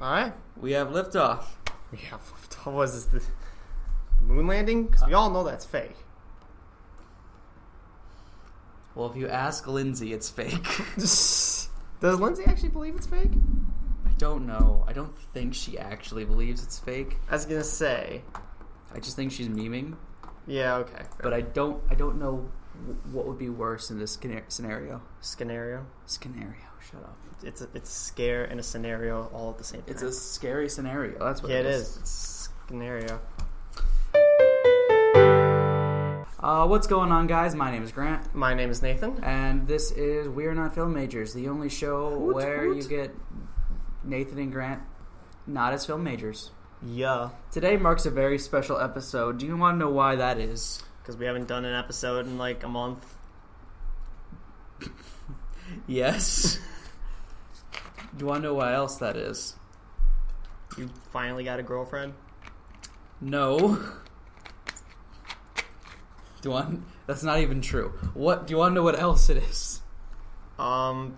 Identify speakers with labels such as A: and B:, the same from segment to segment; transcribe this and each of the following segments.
A: All right.
B: We have liftoff.
A: Yeah. What was this? The the moon landing? Because we all know that's fake.
B: Well, if you ask Lindsay, it's fake.
A: Does Lindsay actually believe it's fake?
B: I don't know. I don't think she actually believes it's fake.
A: I was gonna say.
B: I just think she's memeing.
A: Yeah. Okay.
B: But I don't. I don't know w- what would be worse in this scena- scenario.
A: Scenario.
B: Scenario. Shut up.
A: It's a, it's a scare and a scenario all at the same time.
B: It's a scary scenario. That's what
A: yeah,
B: it is.
A: It's scenario.
B: Uh, what's going on, guys? My name is Grant,
A: My name is Nathan.
B: and this is We Are Not Film Majors, the only show
A: Hoot,
B: where
A: hoot.
B: you get Nathan and Grant not as film majors.
A: Yeah.
B: Today marks a very special episode. Do you want to know why that is?
A: Because we haven't done an episode in like a month.
B: Yes. Do you want to know why else that is?
A: You finally got a girlfriend.
B: No. Do you want? That's not even true. What? Do you want to know what else it is?
A: Um,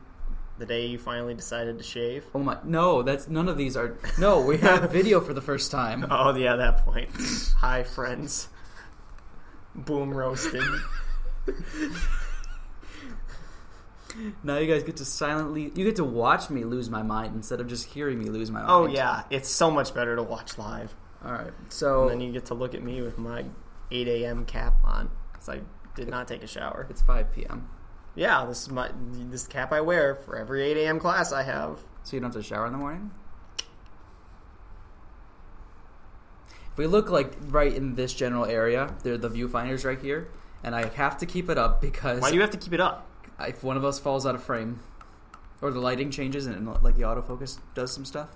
A: the day you finally decided to shave.
B: Oh my! No, that's none of these are. No, we have video for the first time.
A: Oh yeah, that point. Hi friends. Boom roasted.
B: Now you guys get to silently. You get to watch me lose my mind instead of just hearing me lose my mind.
A: oh yeah, it's so much better to watch live.
B: All right.
A: And
B: So
A: then you get to look at me with my 8 a.m. cap on because I did not take a shower.
B: it's 5 p.m.
A: Yeah, this is my this cap I wear for every 8 a.m. class I have.
B: So you don't have to shower in the morning. If we look like right in this general area, there are the viewfinders right here, and I have to keep it up because
A: Why do you have to keep it up?
B: if one of us falls out of frame, or the lighting changes and like the autofocus does some stuff,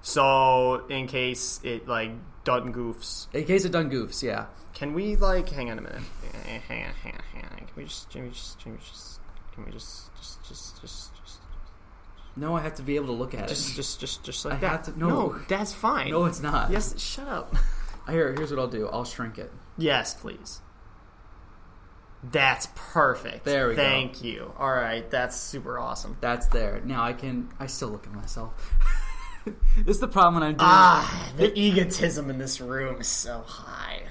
A: So in case it like done goofs,
B: in case it done goofs, yeah.
A: can we like hang on a minute? Eh, Hang on, hang on, hang on. Can we just, can we just, can we just, can we just, just, just, just, just.
B: No, I have to be able to look at
A: just,
B: it.
A: just, just, just like
B: I
A: that.
B: have to- no.
A: that's fine.
B: no, it's not.
A: yes, shut up.
B: Here, here's what I'll do. I'll shrink it.
A: Yes, please. That's perfect.
B: There we go.
A: Thank you. All right, that's super awesome.
B: That's there. Now I can. I still look at myself. this is the problem when I'm doing.
A: Ah, the egotism in this room is so high.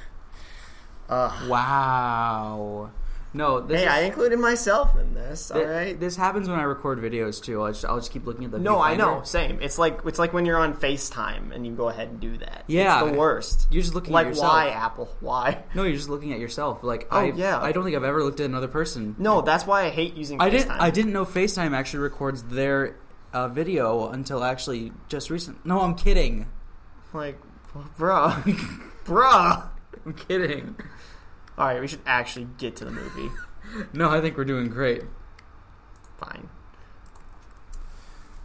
A: Uh,
B: Wow. No, this
A: hey,
B: is,
A: I included myself in this. All
B: thi-
A: right.
B: This happens when I record videos too. I'll just, I'll just keep looking at the.
A: No, I
B: viewfinder.
A: know. Same. It's like it's like when you're on FaceTime and you go ahead and do that.
B: Yeah.
A: it's the worst.
B: You're just looking
A: like
B: at yourself.
A: why Apple? Why?
B: No, you're just looking at yourself. Like
A: Oh,
B: I,
A: yeah.
B: I don't think I've ever looked at another person.
A: No, that's why I hate using.
B: I
A: FaceTime.
B: didn't. I didn't know FaceTime actually records their uh, video until actually just recent. No, I'm kidding.
A: Like, bruh, bruh.
B: I'm kidding.
A: All right, we should actually get to the movie.
B: No, I think we're doing great.
A: Fine.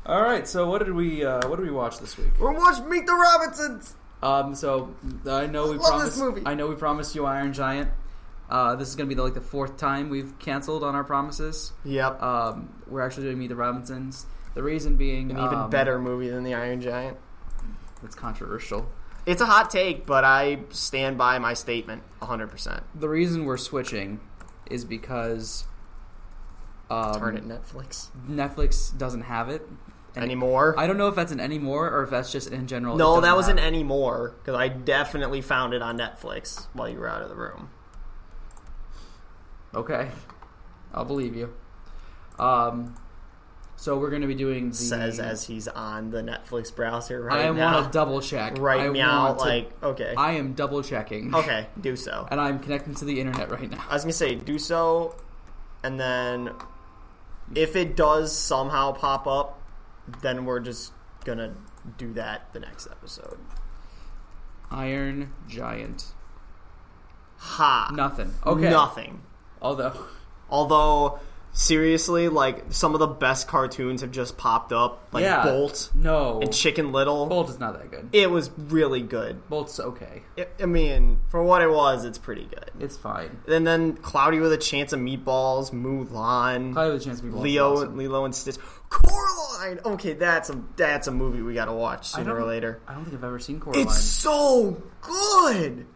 B: All right. So what did we uh, what did we watch this week?
A: We're watching Meet the Robinsons.
B: Um. So I know we
A: Love
B: promised.
A: this movie.
B: I know we promised you Iron Giant. Uh, this is gonna be the, like the fourth time we've canceled on our promises.
A: Yep.
B: Um, we're actually doing Meet the Robinsons. The reason being
A: An even
B: um,
A: better movie than The Iron Giant.
B: It's controversial.
A: It's a hot take, but I stand by my statement 100%.
B: The reason we're switching is because um,
A: Turn it Netflix
B: Netflix doesn't have it and
A: anymore.
B: I don't know if that's an anymore or if that's just in general. it
A: no,
B: doesn't
A: that was
B: have
A: an
B: it.
A: anymore because I definitely found it on Netflix while you were out of the room.
B: Okay, I'll believe you. Um, so we're going to be doing the.
A: Says as he's on the Netflix browser right
B: I
A: now.
B: want to double check.
A: right
B: I
A: now,
B: want to-
A: like okay,
B: I am double checking,
A: okay, do so.
B: and I'm connecting to the internet right now.
A: I was gonna say do so, and then if it does somehow pop up, then we're just gonna do that the next episode.
B: Iron Giant.
A: Ha.
B: Nothing. Okay.
A: Nothing.
B: Although,
A: Although seriously, like some of the best cartoons have just popped up, like
B: yeah.
A: Bolt
B: No.
A: and Chicken Little.
B: Bolt is not that good.
A: It was really good.
B: Bolt's okay.
A: I- I mean, for what it was, it's pretty good.
B: It's fine.
A: And then Cloudy with a Chance of Meatballs, Mulan.
B: Probably the chance people.
A: Leo, Lilo and Stitch, Coraline. Okay, that's a that's a movie we got to watch sooner or
B: don't-
A: later.
B: I don't think I've ever seen Coraline.
A: It's so good.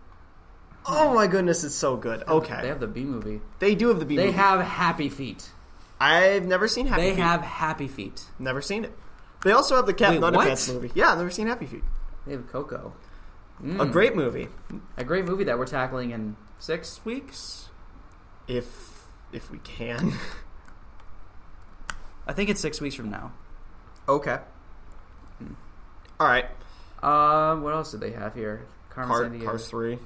A: Oh my goodness, it's so good.
B: They
A: Okay,
B: have the B movie.
A: they do have the B
B: They
A: movie.
B: have Happy Feet.
A: I've never seen Happy
B: They
A: Feet.
B: have Happy Feet.
A: Never seen it. They also have the Captain
B: Wait, what?
A: Underpants movie. Yeah, I've never seen Happy Feet.
B: They have Coco. Hmm.
A: A great movie.
B: A great movie that we're tackling in six weeks.
A: If if we can.
B: I think it's six weeks from now.
A: okay. Hmm. All right.
B: Uh, what else did they have here? Carmen
A: Car,
B: Sandiego.
A: Cars three.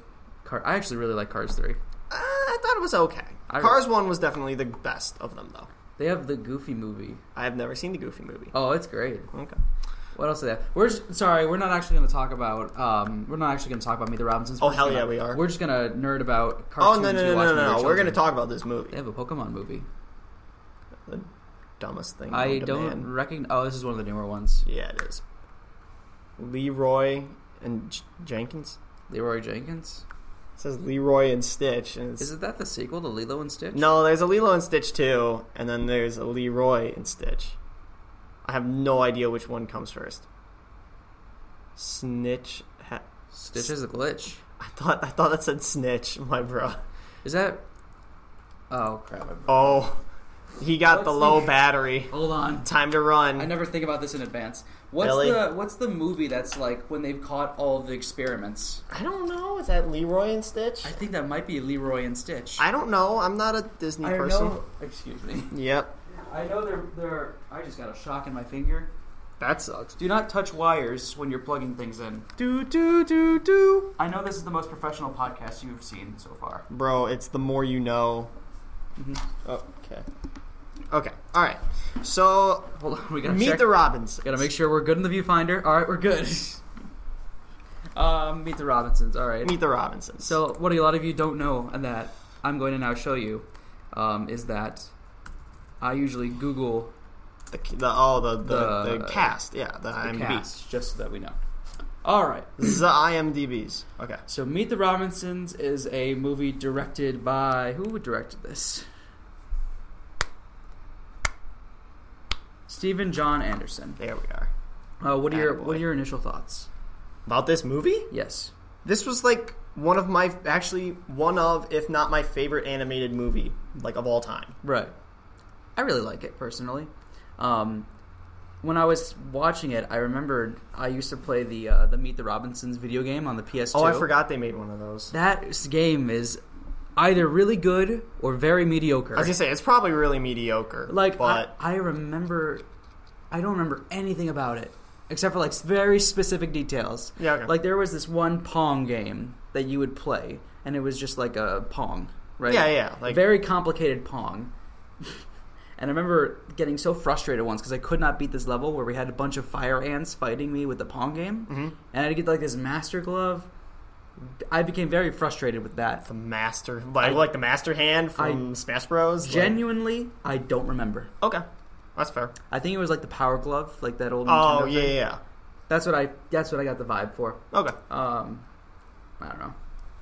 B: Car- I actually really like Cars Three.
A: Uh, I thought it was okay.
B: I-
A: Cars one was definitely the best of them, though.
B: They have the Goofy movie.
A: I have never seen the Goofy movie.
B: Oh, it's great.
A: Okay.
B: What else did they have? We're s- sorry, we're not actually going to talk about. Um, we're not actually going to talk about Meet the Robinsons.
A: Oh,
B: We're just
A: hell
B: gonna-
A: yeah, we are.
B: We're just going to nerd about.
A: Oh
B: Cartoons
A: no no
B: we
A: no no
B: watched when we
A: no! no.
B: were
A: We're gonna
B: children.
A: talk about this movie.
B: They have a Pokemon movie.
A: The dumbest thing.
B: I
A: known to
B: don't
A: man.
B: recognize. Oh, this is one of the newer ones.
A: Yeah, it is. Leroy and J- Jenkins.
B: Leroy Jenkins.
A: It says Leroy and Stitch, and it's
B: Isn't that the sequel to Lilo and Stitch?
A: No, there's a Lilo and Stitch too, and then there's a Leroy and Stitch. I have no idea which one comes first. Snitch. Ha-
B: Stitch is a glitch.
A: I thought I thought that said snitch, my bro.
B: Is that? Oh crap! I-
A: Oh, he got the
B: What's
A: low
B: the-
A: battery.
B: Hold on.
A: Time to run.
B: I never think about this in advance. What's
A: Ellie?
B: the What's the movie that's like when they've caught all of the experiments?
A: I don't know. Is that Leroy and Stitch?
B: I think that might be Leroy and Stitch.
A: I don't know. I'm not a Disney
B: I
A: person.
B: know. Excuse me.
A: Yep.
B: I know they're they're. I just got a shock in my finger.
A: That sucks.
B: Do not touch wires when you're plugging things in.
A: Do do do do.
B: I know this is the most professional podcast you've seen so far.
A: Bro, it's the more you know.
B: Mhm.
A: Oh, okay. Okay. All right. So
B: Hold on, we gotta
A: Meet
B: check.
A: the Robinsons.
B: Gotta make sure we're good in the viewfinder. All right, we're good. um, meet the Robinsons. All right.
A: Meet the Robinsons.
B: So what a lot of you don't know, and that I'm going to now show you, um, is that I usually Google
A: the, the oh the the, the,
B: The-
A: cast yeah the,
B: the
A: IMDb
B: cast just so that we know. All right.
A: the IMDb's okay
B: So Meet the Robinsons is a movie directed by who directed this? Stephen John Anderson.
A: there we are
B: Uh, what are your What
A: Attaboy.
B: are your initial thoughts?
A: about this movie
B: Yes.
A: this was like one of my actually one of if not my favorite animated movie like of all time
B: Right. I really like it personally. Um, when I was watching it, I remembered I used to play the uh, the Meet the Robinsons video game on the PS2.
A: oh I forgot they made one of those
B: That s- game is either really good or very mediocre.
A: I was gonna say it's probably really mediocre
B: like
A: but
B: I, I remember, I don't remember anything about it except for like s- very specific details.
A: Yeah, okay.
B: Like there was this one Pong game that you would play, and it was just like a Pong, right?
A: Yeah, yeah, like-
B: very complicated Pong. And I remember getting so frustrated once because I could not beat this level where we had a bunch of fire ants fighting me with the pong game, mm-hmm. and I had to get like this master glove. I became very frustrated with that.
A: the master like, like the master hand from Smash Bros like-
B: Genuinely, I don't remember.
A: okay that's fair
B: I think it was like the power glove, like that old. Nintendo
A: oh yeah
B: thing.
A: yeah
B: That's what I. That's what I got the vibe for.
A: yeah. okay
B: Um, I don't know.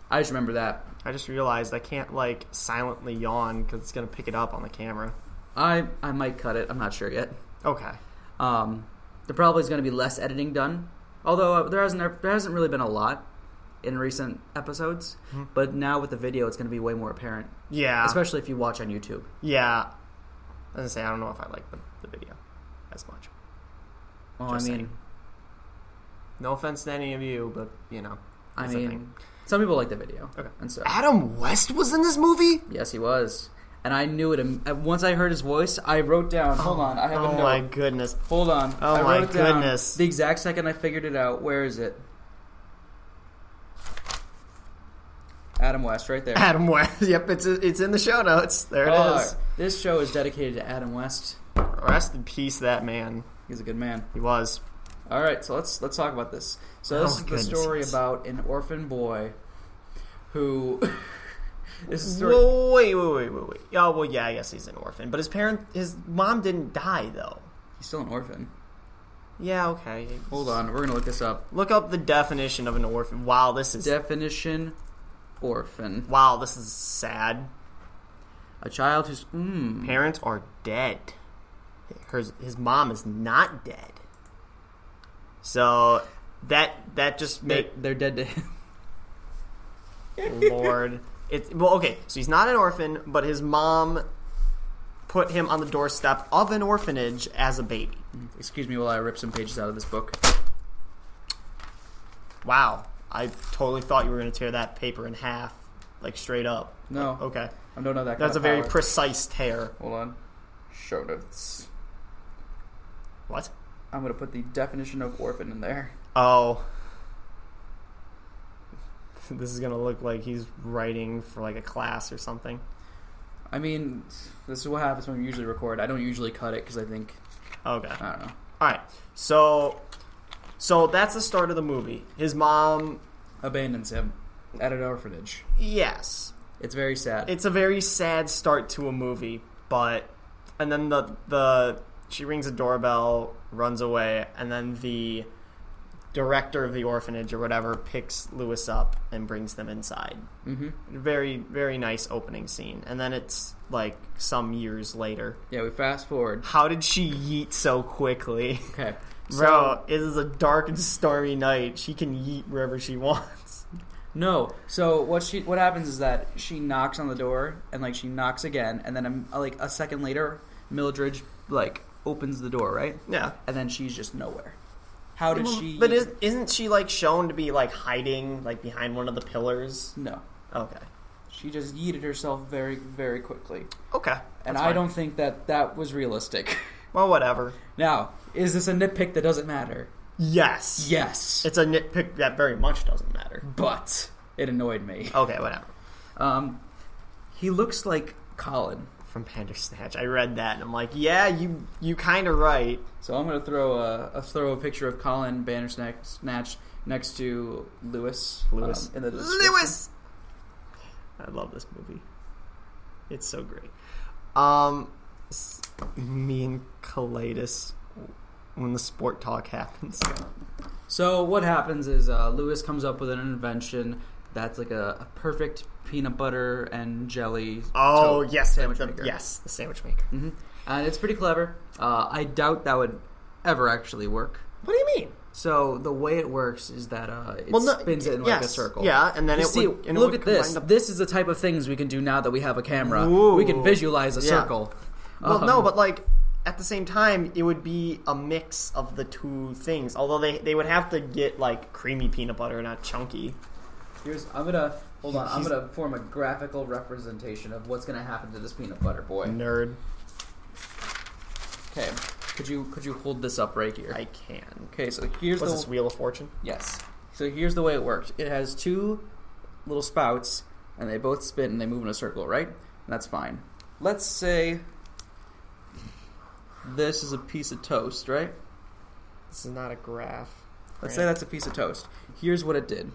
B: I just remember that.
A: I just realized I can't like silently yawn because it's gonna pick it up on the camera
B: I I might cut it. I'm not sure yet.
A: okay
B: Um, there probably is going to be less editing done. Although uh, there hasn't there hasn't really been a lot in recent episodes,
A: Mm-hmm.
B: but now with the video, it's going to be way more apparent,
A: yeah
B: especially if you watch on YouTube.
A: Yeah. I was gonna say I don't know if I like the, the video as much.
B: Well,
A: Just
B: Oh, I mean,
A: saying. No offense to any of you, but you know.
B: I
A: that's the
B: mean,
A: thing.
B: some people like the video,
A: Okay.
B: and so
A: Adam West was in this movie?
B: yes, he was. And I knew it. im- uh, Once I heard his voice, I wrote down. Hold on, I have a
A: Oh
B: note.
A: my goodness.
B: Hold on.
A: Oh
B: I
A: my
B: wrote it down
A: goodness.
B: The exact second I figured it out. Where is it? Adam West, right there.
A: Adam West. Yep, it's it's in the show notes. There it
B: Oh,
A: is.
B: This show is dedicated to Adam West.
A: Rest in peace, that man.
B: He's a good man.
A: He was.
B: All right, so let's let's talk about this. So
A: Oh
B: this
A: my
B: is the
A: goodness,
B: story
A: yes.
B: about an orphan boy who. this is the story.
A: Whoa, wait, wait, wait, wait, wait. Oh well, yeah, I guess he's an orphan. But his parent, his mom didn't die though.
B: He's still an orphan.
A: Yeah, okay.
B: Hold on, we're gonna look this up.
A: Look up the definition of an orphan. Wow, this is
B: Definition: orphan,
A: wow, this is sad.
B: a child who's mm,
A: parents are dead. Her, his mom is not dead. So that that just
B: they,
A: make
B: they're dead to him.
A: Lord. It's well okay. So he's not an orphan, but his mom put him on the doorstep of an orphanage as a baby.
B: Excuse me while I rip some pages out of this book.
A: Wow. I totally thought you were going to tear that paper in half, like straight up.
B: No,
A: Okay.
B: I don't know that. Kind
A: Oh, That's a
B: of
A: very
B: power.
A: precise tear.
B: Hold on. Show notes.
A: What?
B: I'm gonna put the definition of orphan in there.
A: Oh. This is going to look like he's writing for like a class or something.
B: I mean, this is what happens when we usually record. I don't usually cut it because I think
A: Okay.
B: I don't know.
A: All right. So so that's the start of the movie. His mom,
B: Abandons him at an orphanage.
A: yes.
B: It's very sad.
A: It's a very sad start to a movie, but and then the the she rings a doorbell, runs away, and then the director of the orphanage or whatever picks Lewis up and brings them inside.
B: mm-hmm.
A: Very very nice opening scene. And then it's like some years later.
B: Yeah, we fast forward.
A: How did she yeet so quickly?
B: Okay.
A: Bro, it is a dark and stormy night. She can yeet wherever she wants.
B: No. So what she what happens is that she knocks on the door and like she knocks again and then um, like a second later Mildred like opens the door, right?
A: Yeah.
B: And then she's just nowhere. How did
A: Well,
B: she
A: But is, isn't she like shown to be like hiding like behind one of the pillars?
B: No.
A: Okay.
B: She just yeeted herself very very quickly.
A: Okay.
B: And
A: That's
B: I
A: fine.
B: don't think that that was realistic.
A: Well, whatever.
B: now, is this a nitpick that doesn't matter?
A: Yes.
B: Yes.
A: It's a nitpick that very much doesn't matter.
B: but it annoyed me.
A: Okay, whatever.
B: Um he looks like Colin.
A: From Bandersnatch, I read that and I'm like, yeah, you you kind of right.
B: So I'm gonna throw a, a throw a picture of Colin Bandersnatch snatch next to Lewis.
A: Lewis.
B: um, in the description.
A: Lewis. I love this movie. It's so great. Um, s- me and Colatus when the sport talk happens.
B: So what happens is uh, Lewis comes up with an invention that's like a, a perfect peanut butter and jelly.
A: Oh
B: toast
A: yes, the,
B: sandwich
A: the-
B: maker.
A: yes, the sandwich maker.
B: hmm and it's pretty clever. Uh, I doubt that would ever actually work.
A: What do you mean?
B: So the way it works is that uh, it
A: Well, no,
B: spins it in like a
A: yes,
B: circle.
A: yeah, and then
B: You
A: it
B: see,
A: would- and it
B: look
A: would
B: at this.
A: combine the-
B: This is the type of things we can do now that we have a camera.
A: Ooh.
B: We can visualize a
A: Yeah.
B: circle.
A: Well,
B: Um,
A: no, but like at the same time, it would be a mix of the two things. Although they they would have to get like creamy peanut butter, not chunky.
B: Here's I'm gonna hold on. I'm
A: He's-
B: gonna form a graphical representation of what's gonna happen to this peanut butter boy.
A: Nerd,
B: Okay, could you could you hold this up right here?
A: I can.
B: Okay, so here's
A: What's
B: the
A: this Wheel of Fortune?
B: yes. So here's the way it worked. It has two little spouts, and they both spin and they move in a circle, right? And that's fine. Let's say this is a piece of toast, right?
A: This is not a graph.
B: Let's say that's a piece of toast. Here's what it did.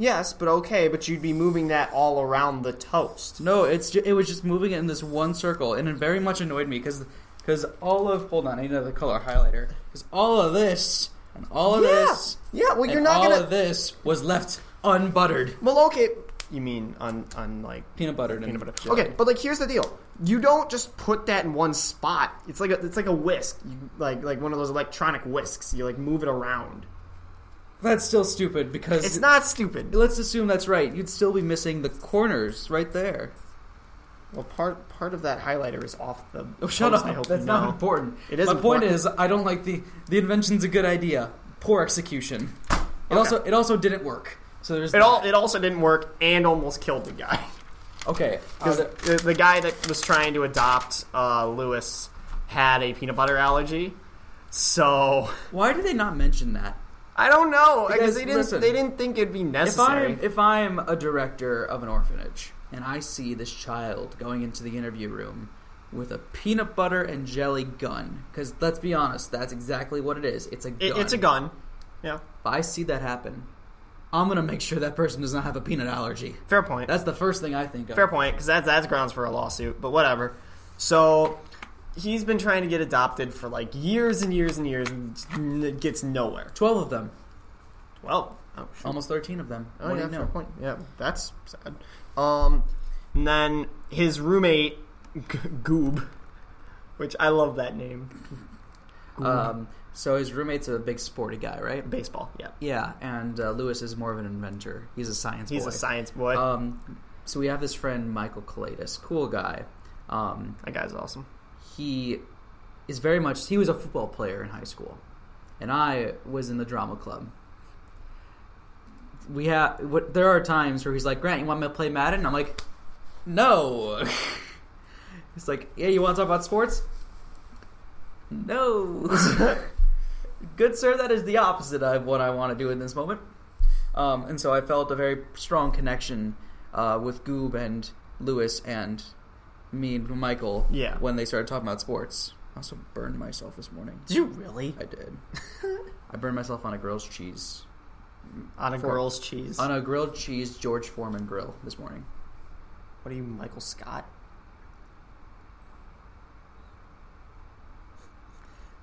A: Yes, but okay, but you'd be moving that all around the toast.
B: No, it's ju- it was just moving it in this one circle, and it very much annoyed me because because all of hold on, I need another color highlighter because all of this and all of
A: Yeah.
B: this,
A: Yeah, well,
B: and
A: you're not
B: all
A: gonna-
B: of this was left unbuttered,
A: Well, okay. You mean on on like
B: peanut buttered,
A: peanut
B: and
A: butter?
B: jelly.
A: Okay, but like here's the deal: you don't just put that in one spot. It's like a it's like a whisk, you, like like one of those electronic whisks. You like move it around.
B: that's still stupid because
A: It's not stupid.
B: Let's assume that's right. You'd still be missing the corners right there.
A: Well, part part of that highlighter is off the.
B: Oh, shut
A: post,
B: up!
A: I hope
B: that's
A: you
B: not
A: know.
B: important.
A: It is
B: My point
A: important.
B: is, I don't like the the invention's a good idea. Poor execution. It
A: Okay.
B: also it also didn't work. So there's
A: It
B: that.
A: all it also didn't work and almost killed the guy
B: okay. are
A: because
B: there-
A: the, the guy that was trying to adopt uh, Lewis had a peanut butter allergy. So
B: Why do they not mention that?
A: I don't know because
B: Because,
A: they didn't
B: listen,
A: they didn't think it'd be
B: If
A: necessary.
B: I'm if I'm a director of an orphanage and I see this child going into the interview room with a peanut butter and jelly gun, because let's be honest, that's exactly what it is. It's a gun.
A: It- it's a gun. Yeah,
B: If I see that happen, I'm gonna make sure that person does not have a peanut allergy.
A: fair point.
B: That's the first thing I think of.
A: fair point because that's that's grounds for a lawsuit. But whatever. So he's been trying to get adopted for like years and years and years and n- gets nowhere.
B: Twelve of them,
A: Well, oh, shoot.
B: almost thirteen of them.
A: Oh
B: Um, what
A: yeah,
B: do you
A: fair
B: know?
A: point. Yeah, that's sad. Um, and then his roommate G- Goob, which I love that name. Uh,
B: Um, so his roommate's a big sporty guy, right?
A: Baseball. Yeah,
B: Yeah, and uh, Lewis is more of an inventor. He's a science
A: he's
B: boy.
A: a science boy.
B: Um, So we have this friend Michael Kalatis, cool guy. Um,
A: That guy's awesome.
B: he is very much he was a football player in high school and i was in the drama club we have what there are times where he's like grant you want me to play madden i'm like no he's like yeah you want to talk about sports no good sir that is the opposite of what i want to do in this moment um, and so i felt a very strong connection uh, with goob and lewis and me and michael
A: Yeah.
B: when they started talking about sports i also burned myself this morning
A: Did you really?
B: i did i burned myself on a grilled cheese
A: On a
B: For-
A: girl's cheese.
B: on a grilled cheese george foreman grill this morning
A: what are you, Michael Scott?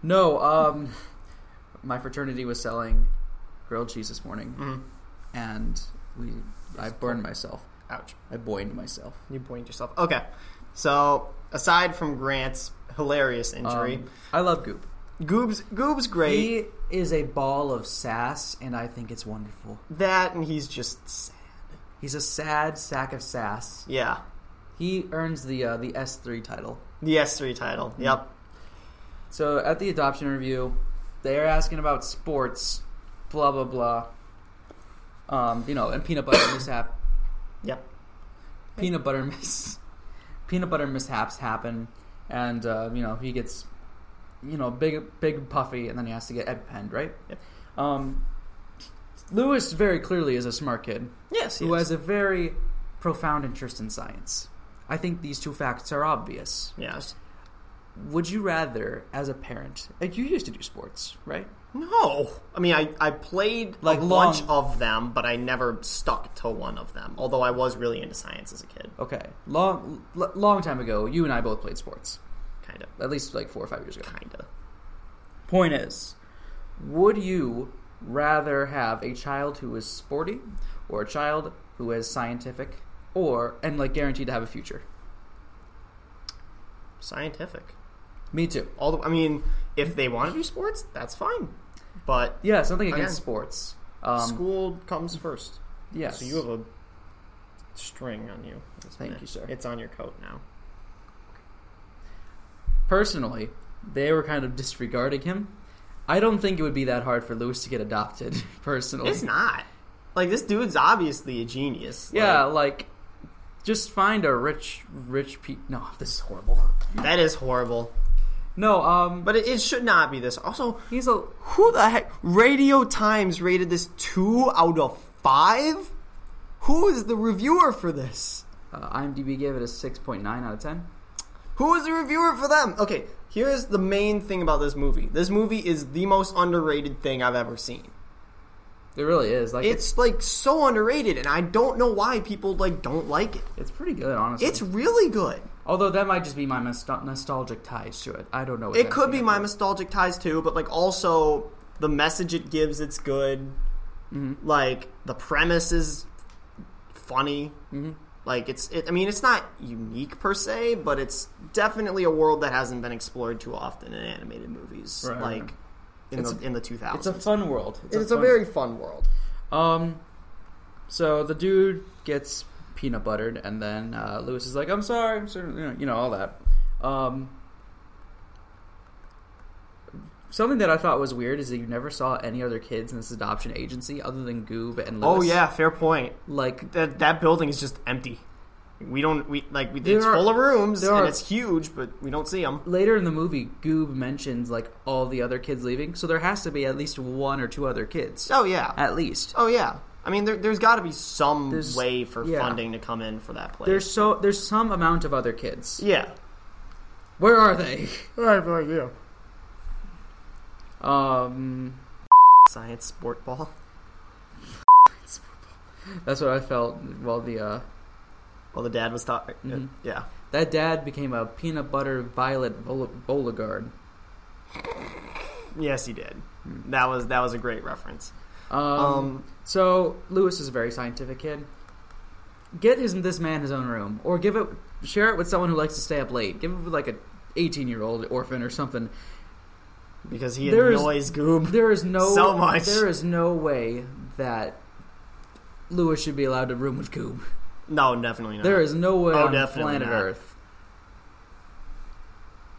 B: no um my fraternity was selling grilled cheese this morning
A: Mm.
B: and we i burned myself
A: Ouch.
B: i boined myself
A: You point yourself. Okay. So, aside from Grant's hilarious injury,
B: Um, I love Goop.
A: Goob's Goob's great.
B: He is a ball of sass, and I think it's wonderful.
A: that and he's just sad.
B: He's a sad sack of sass.
A: Yeah.
B: He earns the uh, the S three title.
A: The S3 title.
B: Mm.
A: Yep.
B: So at the adoption interview, they are asking about sports, blah blah blah. Um, you know, and peanut butter mishap,
A: Yep.
B: peanut butter mis, peanut butter mishaps happen, and uh, you know he gets, you know, big big and puffy, and then he has to get EpiPen, right?
A: Yep.
B: Um, Lewis very clearly is a smart kid.
A: Yes, he
B: who
A: is.
B: has a very profound interest in science. I think these two facts are obvious.
A: Yes.
B: Would you rather, as a parent, like you used to do sports, right?
A: No. I mean, I, I played like
B: Like
A: a bunch
B: long-
A: of them, but I never stuck to one of them, although I was really into science as a kid.
B: Okay, long l- long time ago, you and I both played sports,
A: Kind of.
B: at least like four or five years ago.
A: Kind of.
B: Point is, would you rather have a child who is sporty, or a child who is scientific, or and like guaranteed to have a future?
A: Scientific.
B: Me too.
A: All the, I mean, if they want to do sports, that's fine. But
B: Yeah, something against
A: Okay.
B: sports. Um,
A: school comes first.
B: Yes.
A: So you have a string on you. isn't
B: Thank
A: it?
B: you, sir.
A: It's on your coat now.
B: personally, they were kind of disregarding him. I don't think it would be that hard for Lewis to get adopted, personally.
A: It's not. Like this dude's obviously a genius.
B: Yeah, like just find a rich, rich pe. No, this is horrible.
A: Like, that is horrible.
B: No, um, but
A: But it, it should not be this. Also,
B: he's a
A: who the heck? Radio Times rated this two out of five. Who is the reviewer for this?
B: uh, IMDb gave it a six point nine out of ten.
A: Who is the reviewer for them? Okay, here's the main thing about this movie. This movie is the most underrated thing I've ever seen.
B: It really is like it's
A: It's like so underrated, and I don't know why people like don't like it.
B: it's pretty good, honestly.
A: It's really good.
B: although that might just be my nostal- nostalgic ties to it. I don't know.
A: It could
B: exactly.
A: be my nostalgic ties too, but like also the message it gives, it's good.
B: Mm-hmm.
A: Like the premise is funny.
B: Mm-hmm.
A: Like it's, it, I mean, it's not unique per se, but it's definitely a world that hasn't been explored too often in animated movies,
B: Right,
A: like
B: right.
A: in
B: It's-
A: the in the two
B: It's a
A: thousands.
B: fun world.
A: It's, a
B: fun-
A: very fun world.
B: Um, so the dude gets peanut buttered, and then uh, Lewis is like, "I'm sorry, I'm sorry," you know, you know all that. Um, something that I thought was weird is that you never saw any other kids in this adoption agency other than Goob and Lewis.
A: Oh yeah, fair point.
B: like
A: That that building is just empty. We don't we like we,
B: There
A: it's
B: are-
A: full of rooms
B: there
A: and
B: are-
A: it's huge, but we don't see them.
B: later in the movie, Goob mentions like all the other kids leaving, so there has to be at least one or two other kids,
A: Oh yeah,
B: at least.
A: Oh yeah. I mean, there, there's got to be some
B: There's-
A: way for
B: yeah.
A: funding to come in for that place.
B: There's so there's some amount of other kids.
A: yeah.
B: Where are they?
A: I have no idea.
B: Um,
A: Science sport ball.
B: That's what I felt. Well, the uh,
A: Well, the dad was talking.
B: Mhm.
A: Yeah.
B: that dad became a peanut butter violet Bol- Beauregard.
A: Yes, he did. That was that was a great reference.
B: Um,
A: Um,
B: so Lewis is a very scientific kid. Get his this man his own room, or give it share it with someone who likes to stay up late. Give it with like a eighteen year old orphan or something.
A: because he
B: there is-
A: annoys Goob.
B: There is no
A: So much.
B: There is no way that Lewis should be allowed to room with Goob.
A: No, definitely not.
B: There is no way
A: Oh,
B: on
A: definitely
B: planet
A: not.
B: Earth.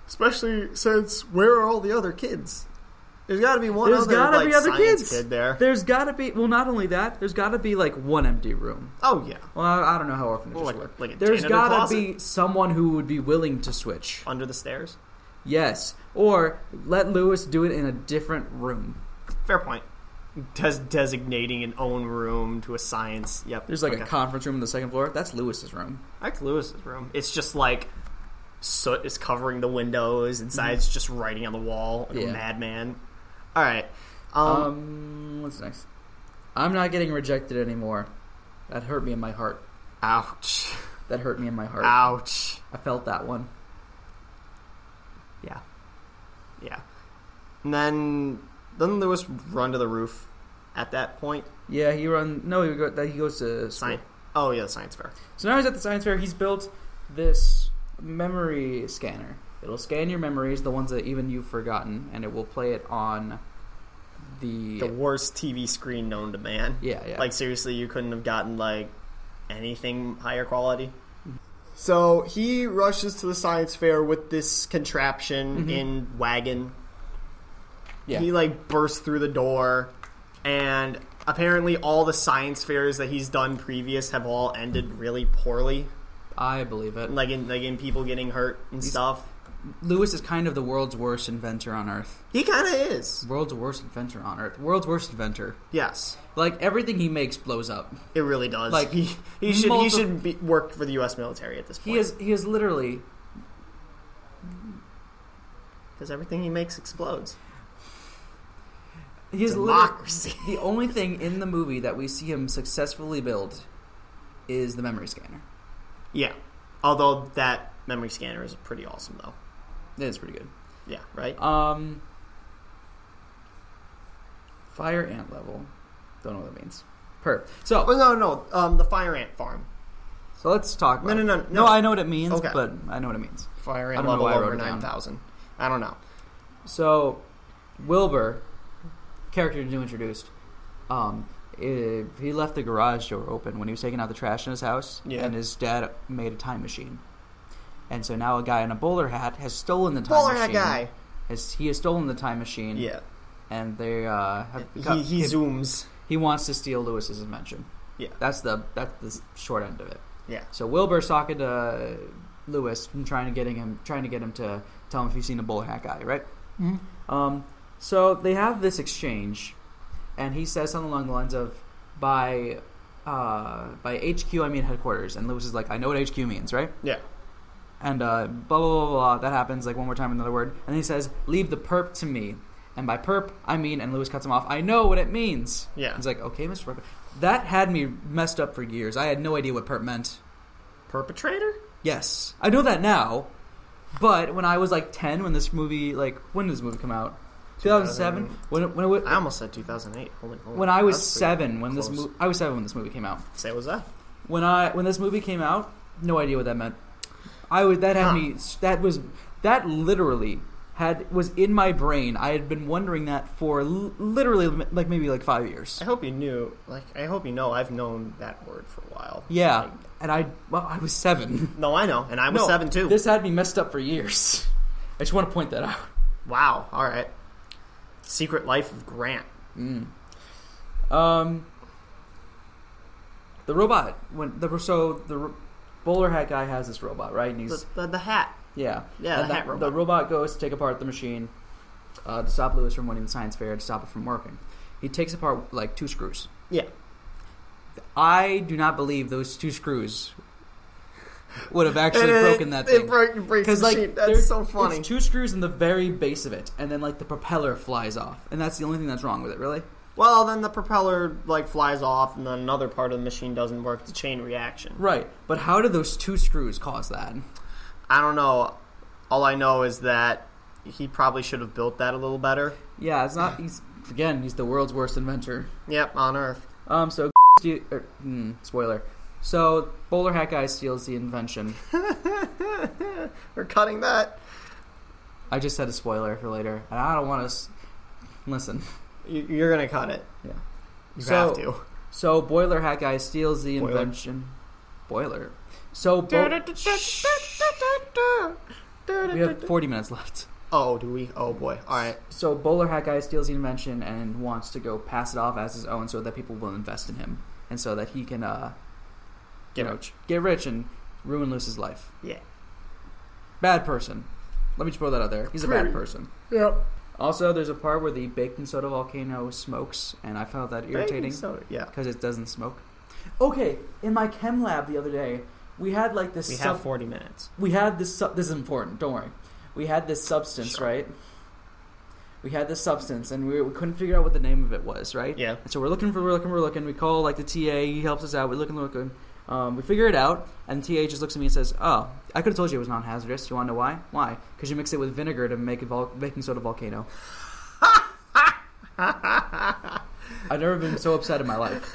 A: Especially since where are all the other kids? There's got to be one
B: There's
A: other,
B: gotta
A: like,
B: be other
A: science
B: kids.
A: kid there.
B: There's gotta be. Well, not only that, there's gotta be like one empty room.
A: Oh yeah,
B: Well, I, I don't know how orphanages
A: Well, like-
B: work.
A: like a
B: There's
A: janitor
B: gotta
A: closet.
B: be someone who would be willing to switch.
A: under the stairs.
B: Yes, or let Lewis do it in a different room.
A: Fair point. Des- designating an own room to a science. Yep.
B: There's like
A: okay.
B: a conference room on the second floor. That's Lewis's room.
A: I like Lewis's room. It's just like soot is covering the windows. Inside's just writing on the wall like
B: Yeah.
A: a madman. All right.
B: Um,
A: Um,
B: what's next? I'm not getting rejected anymore. That hurt me in my heart.
A: ouch.
B: That hurt me in my heart.
A: er. Ouch.
B: I felt that one.
A: Yeah. Yeah. And then doesn't Lewis run to the roof at that point?
B: Yeah, he run. No, he go. That he goes to school.
A: Science. Oh yeah, the science fair.
B: So now he's at the science fair. He's built this memory scanner. It'll scan your memories, the ones that even you've forgotten, and it will play it on the.
A: The worst TV screen known to man.
B: yeah, yeah.
A: Like seriously, you couldn't have gotten like anything higher quality. So he rushes to the science fair with this contraption in wagon.
B: yeah.
A: He like bursts through the door, and apparently all the science fairs that he's done previous have all ended really poorly,
B: I believe it.
A: like in like in people getting hurt and stuff.
B: Lewis is kind of the world's worst inventor on Earth.
A: He kind of is.
B: World's worst inventor on Earth. World's worst inventor.
A: Yes,
B: Like everything he makes blows up.
A: it really does.
B: Like,
A: he he should
B: multi-
A: he should be, work for the U.S. military at this
B: He
A: point
B: is he is literally
A: because everything he makes explodes.
B: he is literally
A: Democracy.
B: the only thing in the movie that we see him successfully build is the memory scanner.
A: Yeah. Although that memory scanner is pretty awesome, though.
B: That is pretty good.
A: Yeah, right?
B: Um, fire ant level. Don't know what that means. Perp. So,
A: Oh, no, no. Um, the Fire Ant Farm.
B: so let's talk.
A: No,
B: About
A: no,
B: it.
A: no, no.
B: I know what it means,
A: Okay.
B: but I know what it means.
A: Fire
B: I
A: Ant
B: don't
A: level
B: know why I
A: over
B: wrote it down.
A: 9,000. I don't know.
B: So, Wilbur, character new introduced, um, eh, he left the garage door open when he was taking out the trash in his house,
A: Yeah.
B: and his dad made a time machine. And so now a guy in a bowler hat has stolen the time
A: Bowler hat
B: machine.
A: guy.
B: Has, he has stolen the time machine.
A: Yeah.
B: And they uh, have
A: He,
B: become,
A: he zooms.
B: He wants to steal Lewis's invention.
A: Yeah.
B: That's the that's the s- short end of it.
A: Yeah.
B: So Wilbur's talking to Lewis and trying to getting him trying to get him to tell him if he's seen a bull hack guy, right? Um, so they have this exchange, and he says something along the lines of, "By uh, by HQ I mean headquarters," and Lewis is like, "I know what HQ means, right?"
A: Yeah.
B: and uh, blah, blah blah blah blah. That happens like one more time, another word, and then he says, "Leave the perp to me." And by perp, I mean, and Lewis cuts him off. I know what it means.
A: Yeah.
B: he's like, "Okay, Mr. Perp." That had me messed up for years. I had no idea what perp meant.
A: Perpetrator?
B: Yes, I know that now, but when I was like ten, when this movie, like, when did this movie come out? Two thousand seven. When it- when it,
A: I
B: wa-
A: almost said 2008. Hold on, hold on.
B: when I was
A: That's pretty
B: seven, when this
A: close.
B: mo- I was seven when this movie came out.
A: Say what's that?
B: When I when this movie came out, no idea what that meant. I was that had
A: Huh.
B: me that was that literally had was in my brain. I had been wondering that for l- literally like maybe like five years.
A: I hope you knew. Like, I hope you know I've known that word for a while.
B: Yeah, and I well I was seven.
A: No, I know. And I was
B: No,
A: seven, too.
B: This had me messed up for years. I just want to point that out.
A: Wow. All right. Secret Life of Grant. Mm.
B: Um, the robot when the so the ro- bowler hat guy has this robot right, and
A: The,
B: he's
A: the, the hat.
B: Yeah.
A: Yeah,
B: And
A: the hat
B: The
A: robot.
B: robot goes to take apart the machine uh, to stop Lewis from winning the science fair, to stop it from working. He takes apart like two screws.
A: Yeah.
B: I do not believe those two screws would have actually
A: It- it-
B: broken that
A: it
B: thing.
A: broke- it breaks the
B: like
A: sheet. That's
B: there's-
A: so funny.
B: it's two screws in the very base of it, and then like the propeller flies off, and that's the only thing that's wrong with it, really.
A: Well, then the propeller like flies off, and then another part of the machine doesn't work. The chain reaction.
B: Right, but how did those two screws cause that?
A: I don't know. All I know is that he probably should have built that a little better.
B: Yeah, it's not. He's again, he's the world's worst inventor.
A: Yep, on Earth.
B: Um, so, do, er, hmm, spoiler. So, Bowler Hat Guy steals the invention.
A: We're cutting that.
B: I just said a spoiler for later, and I don't want to. S- Listen.
A: You- You're gonna cut it.
B: Yeah.
A: You
B: So-
A: have to.
B: So, Boiler Hat Guy steals the
A: Boiler.
B: invention. Spoiler. So bo- we have 40 minutes left.
A: Oh, do we? Oh boy. All right.
B: So bowler hat guy steals the invention and wants to go pass it off as his own, so that people will invest in him, and so that he can uh,
A: Get
B: you know,
A: rich.
B: get rich, and ruin Luce's life.
A: Yeah.
B: Bad person. Let me just throw that out there. He's a
A: Pretty.
B: bad person.
A: Yep.
B: Also, there's a part where the baking soda volcano smokes, and I found that irritating
A: So yeah.
B: because it doesn't smoke. Okay, in my chem lab the other day, we had like this.
A: We
B: sub-
A: have 40 minutes.
B: we had this. Sub- this is important. Don't worry. We had this substance,
A: Sure.
B: right? We had this substance, and we, we couldn't figure out what the name of it was, right?
A: Yeah.
B: And so we're looking for, we're looking, we're looking. We call like the TA. He helps us out. We're looking, looking. Um, we figure it out, and the TA just looks at me and says, "Oh, I could have told you it was non-hazardous. You want to know why? Why? Because you mix it with vinegar to make a vol- baking soda volcano." I've never been so upset in my life.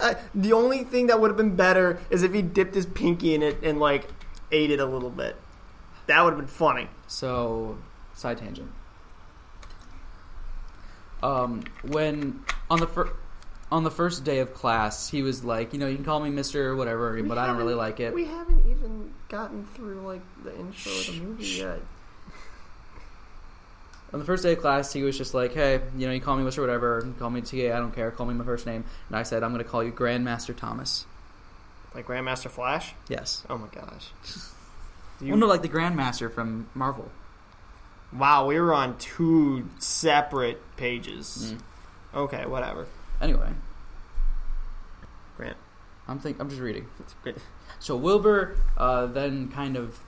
A: Uh, the only thing that would have been better is if he dipped his pinky in it and like ate it a little bit. That would have been funny.
B: So, side tangent. Um, when on the fir- on the first day of class, he was like, you know, you can call me Mister or whatever, but I don't really like it.
A: We haven't even gotten through like the intro of the movie yet.
B: on the first day of class, he was just like, hey, you know, you call me Mister whatever, you call me TA, I don't care, call me my first name, and I said, I'm gonna call you Grandmaster Thomas.
A: Like Grandmaster Flash?
B: Yes.
A: Oh my gosh. Do you-
B: You- well, no, like the Grandmaster from Marvel.
A: Wow, we were on two separate pages.
B: Mm.
A: Okay, whatever.
B: Anyway,
A: Grant.
B: I'm think I'm just reading.
A: It's great.
B: So Wilbur uh, then kind of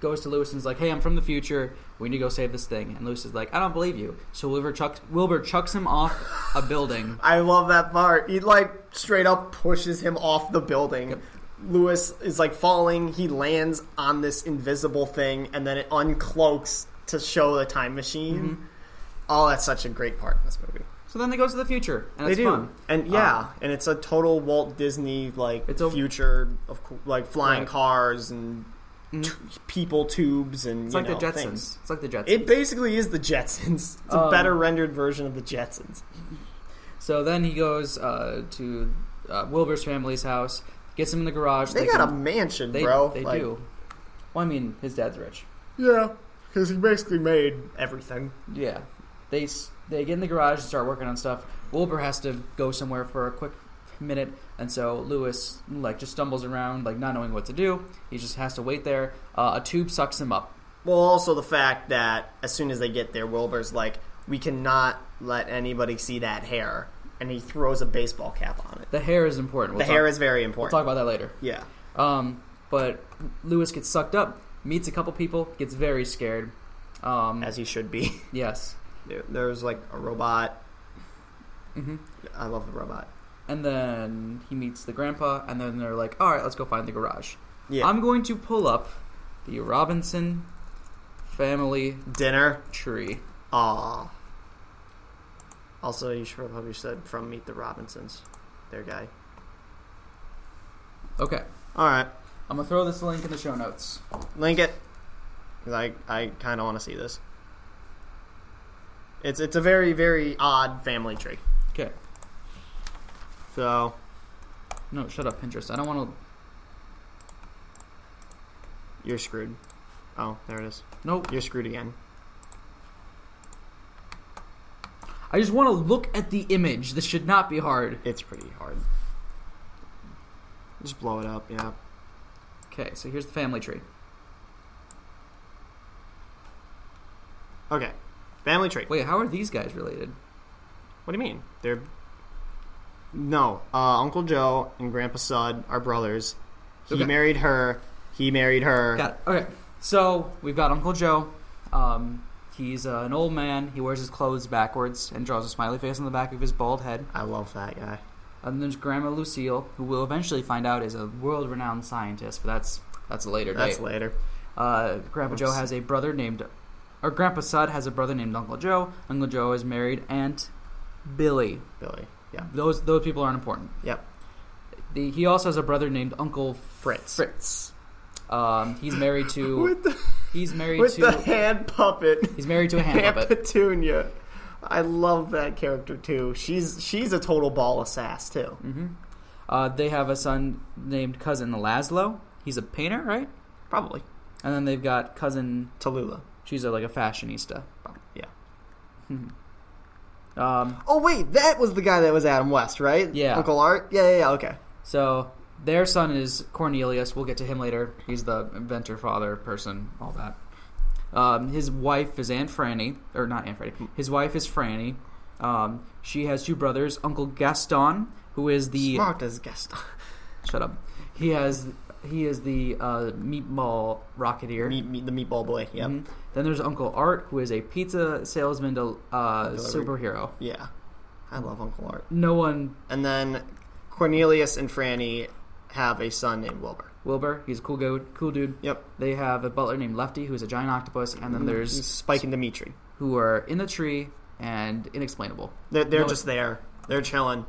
B: goes to Lewis and is like, "Hey, I'm from the future. We need to go save this thing." And Lewis is like, "I don't believe you." So Wilbur chucks Wilbur chucks him off a building.
A: I love that part. He like straight up pushes him off the building.
B: Yep.
A: Lewis is like falling. He lands on this invisible thing, and then it uncloaks to show the time machine.
B: Mm-hmm.
A: Oh, that's such a great part in this movie.
B: So then they go to the future, and it's fun.
A: and
B: Um,
A: yeah, and it's a total Walt Disney like
B: It's a-
A: future of co- like flying
B: Right. Mm-hmm.
A: cars and t- people tubes and
B: It's
A: you
B: like
A: know,
B: the Jetsons.
A: things.
B: It's like the Jetsons.
A: It basically is the Jetsons. It's a
B: Um,
A: better rendered version of the Jetsons.
B: so then he goes uh, to uh, Wilbur's family's house, gets him in the garage.
A: They got a mansion,
B: they,
A: bro.
B: They
A: Like,
B: do. Well, I mean, his dad's rich.
A: Yeah, because he basically made everything.
B: Yeah, they s- they get in the garage and start working on stuff. Wilbur has to go somewhere for a quick minute, and so Lewis like just stumbles around, like not knowing what to do. He just has to wait there. Uh, a tube sucks him up.
A: Well, also the fact that as soon as they get there, Wilbur's like, "We cannot let anybody see that hair," and he throws a baseball cap on it.
B: The hair is important.
A: The
B: We'll
A: hair
B: talk,
A: is very
B: We'll
A: important.
B: talk about that later.
A: yeah,
B: Um, but Lewis gets sucked up, meets a couple people, gets very scared. Um,
A: as he should be.
B: yes,
A: There- There's like a robot.
B: hmm
A: I love the robot.
B: and then he meets the grandpa, and then they're like, "All right, let's go find the garage."
A: Yeah,
B: I'm going to pull up the Robinson family
A: dinner.
B: tree.
A: Aw. Also, you should probably said from Meet the Robinsons, their guy.
B: Okay.
A: All right,
B: I'm gonna throw this link in the show notes.
A: link it. 'Cause I I kind of want to see this. It's it's a very very odd family tree.
B: Okay.
A: So
B: No, shut up, Pinterest. I don't want
A: you're screwed. Oh, there it is.
B: to. Nope.
A: You're screwed again.
B: I just want to look at the image. This should not be hard.
A: It's pretty hard. Just blow it up. Yeah.
B: Okay, so here's the family tree.
A: Okay. Family tree.
B: Wait, how are these guys related?
A: What do you mean? They're no. Uh, Uncle Joe and Grandpa Sud are brothers. He
B: Okay.
A: married her. He married her.
B: Got it. Okay, so we've got Uncle Joe. Um, he's uh, an old man. He wears his clothes backwards and draws a smiley face on the back of his bald head.
A: I love that guy.
B: And there's Grandma Lucille, who we'll eventually find out is a world-renowned scientist, but that's that's a later date.
A: That's later.
B: Uh, Grandpa Joe has a brother named, or Grandpa Sud has a brother named Uncle Joe. Uncle Joe is married Aunt Billy.
A: Billy. Yeah.
B: Those those people aren't important.
A: Yep.
B: The, he also has a brother named Uncle Fritz. Fritz. Um, he's married to.
A: With the
B: he's married
A: with
B: to.
A: the hand puppet.
B: he's married to a hand
A: Aunt
B: puppet.
A: Petunia. I love that character too. She's she's a total ball of sass too.
B: hmm Uh, they have a son named cousin Laszlo. He's a painter, right?
A: Probably.
B: And then they've got cousin.
A: Tallulah.
B: She's a, like a fashionista.
A: Yeah.
B: Um,
A: Oh wait, that was the guy that was Adam West, right?
B: Yeah.
A: Uncle Art. Yeah, yeah, yeah. Okay.
B: so their son is Cornelius. We'll get to him later. He's the inventor, father, person, all that. Um, his wife is Aunt Franny, or not Aunt Franny. His wife is Franny. Um, she has two brothers, Uncle Gaston, who is the
A: Smart as Gaston.
B: Shut up. He has he is the uh, meatball rocketeer.
A: Meat, meat, the meatball boy. Yep.
B: Mhm. Then there's Uncle Art, who is a pizza salesman to uh,
A: Delivery.
B: superhero.
A: Yeah. I love Uncle Art.
B: No one,
A: And then Cornelius and Franny have a son named Wilbur.
B: Wilbur. He's a cool dude. Cool dude.
A: Yep. Mm-hmm.
B: They have a butler named Lefty, who's a giant octopus, and then there's
A: Spike and Dimitri.
B: who are in the tree and inexplainable.
A: They're, they're
B: No.
A: just there. They're chilling.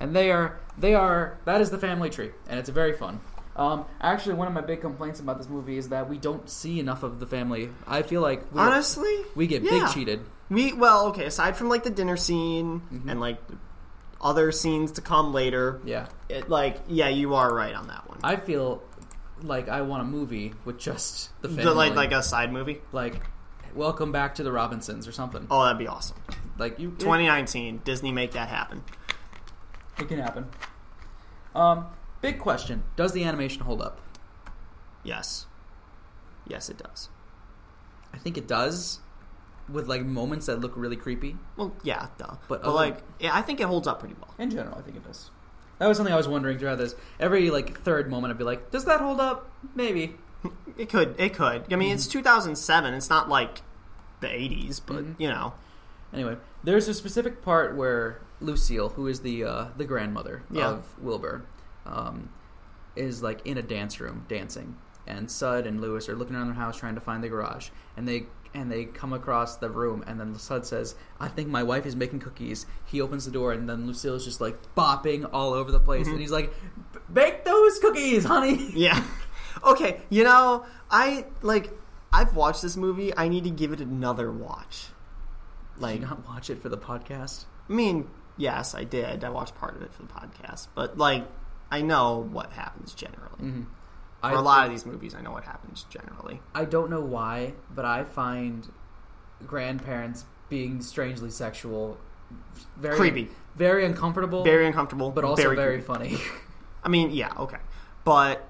B: and they are they are that is the family tree, and it's very fun. Um, actually, one of my big complaints about this movie is that we don't see enough of the family. I feel like we,
A: Honestly,
B: we get
A: yeah.
B: big cheated.
A: We well, okay. Aside from like the dinner scene
B: Mm-hmm.
A: and like other scenes to come later,
B: Yeah,
A: it, like yeah, you are right on that one.
B: I feel like I want a movie with just the family,
A: The- like like a side movie.
B: like Welcome Back to the Robinsons or something.
A: Oh, that'd be awesome.
B: Like you, it-
A: 2019, Disney make that happen.
B: It, can happen. Um, big question: Does the animation hold up?
A: Yes, yes, it does.
B: I think it does, with like moments that look really creepy.
A: Well, yeah, duh.
B: But
A: But,
B: other-
A: like, yeah, I think it holds up pretty well.
B: In general, I think it does. That was something I was wondering throughout this. Every like third moment, I'd be like, "Does that hold up? Maybe."
A: It could, it could. I mean,
B: Mm-hmm.
A: it's 2007. It's not like the 80s, but
B: Mhm.
A: you know,
B: Anyway, there's a specific part where Lucille, who is the uh, the grandmother
A: Yeah.
B: of Wilbur, um, is like in a dance room dancing, and Sud and Lewis are looking around their house trying to find the garage, and they and they come across the room, and then Sud says, "I think my wife is making cookies." He opens the door, and then Lucille is just like bopping all over the place, and he's like, "B- "Bake those cookies, honey."
A: yeah. okay, you know, I like. I've watched this movie. I need to give it another watch.
B: Did
A: Like,
B: you not watch it for the podcast?
A: I mean, yes, I did. I watched part of it for the podcast, but like, I know what happens generally.
B: Mm-hmm. I,
A: For a lot of these movies, I know what happens generally.
B: I don't know why, but I find grandparents being strangely sexual very
A: Creepy.
B: very uncomfortable,
A: Very uncomfortable,
B: but also very,
A: creepy.
B: funny.
A: I mean, yeah, okay. But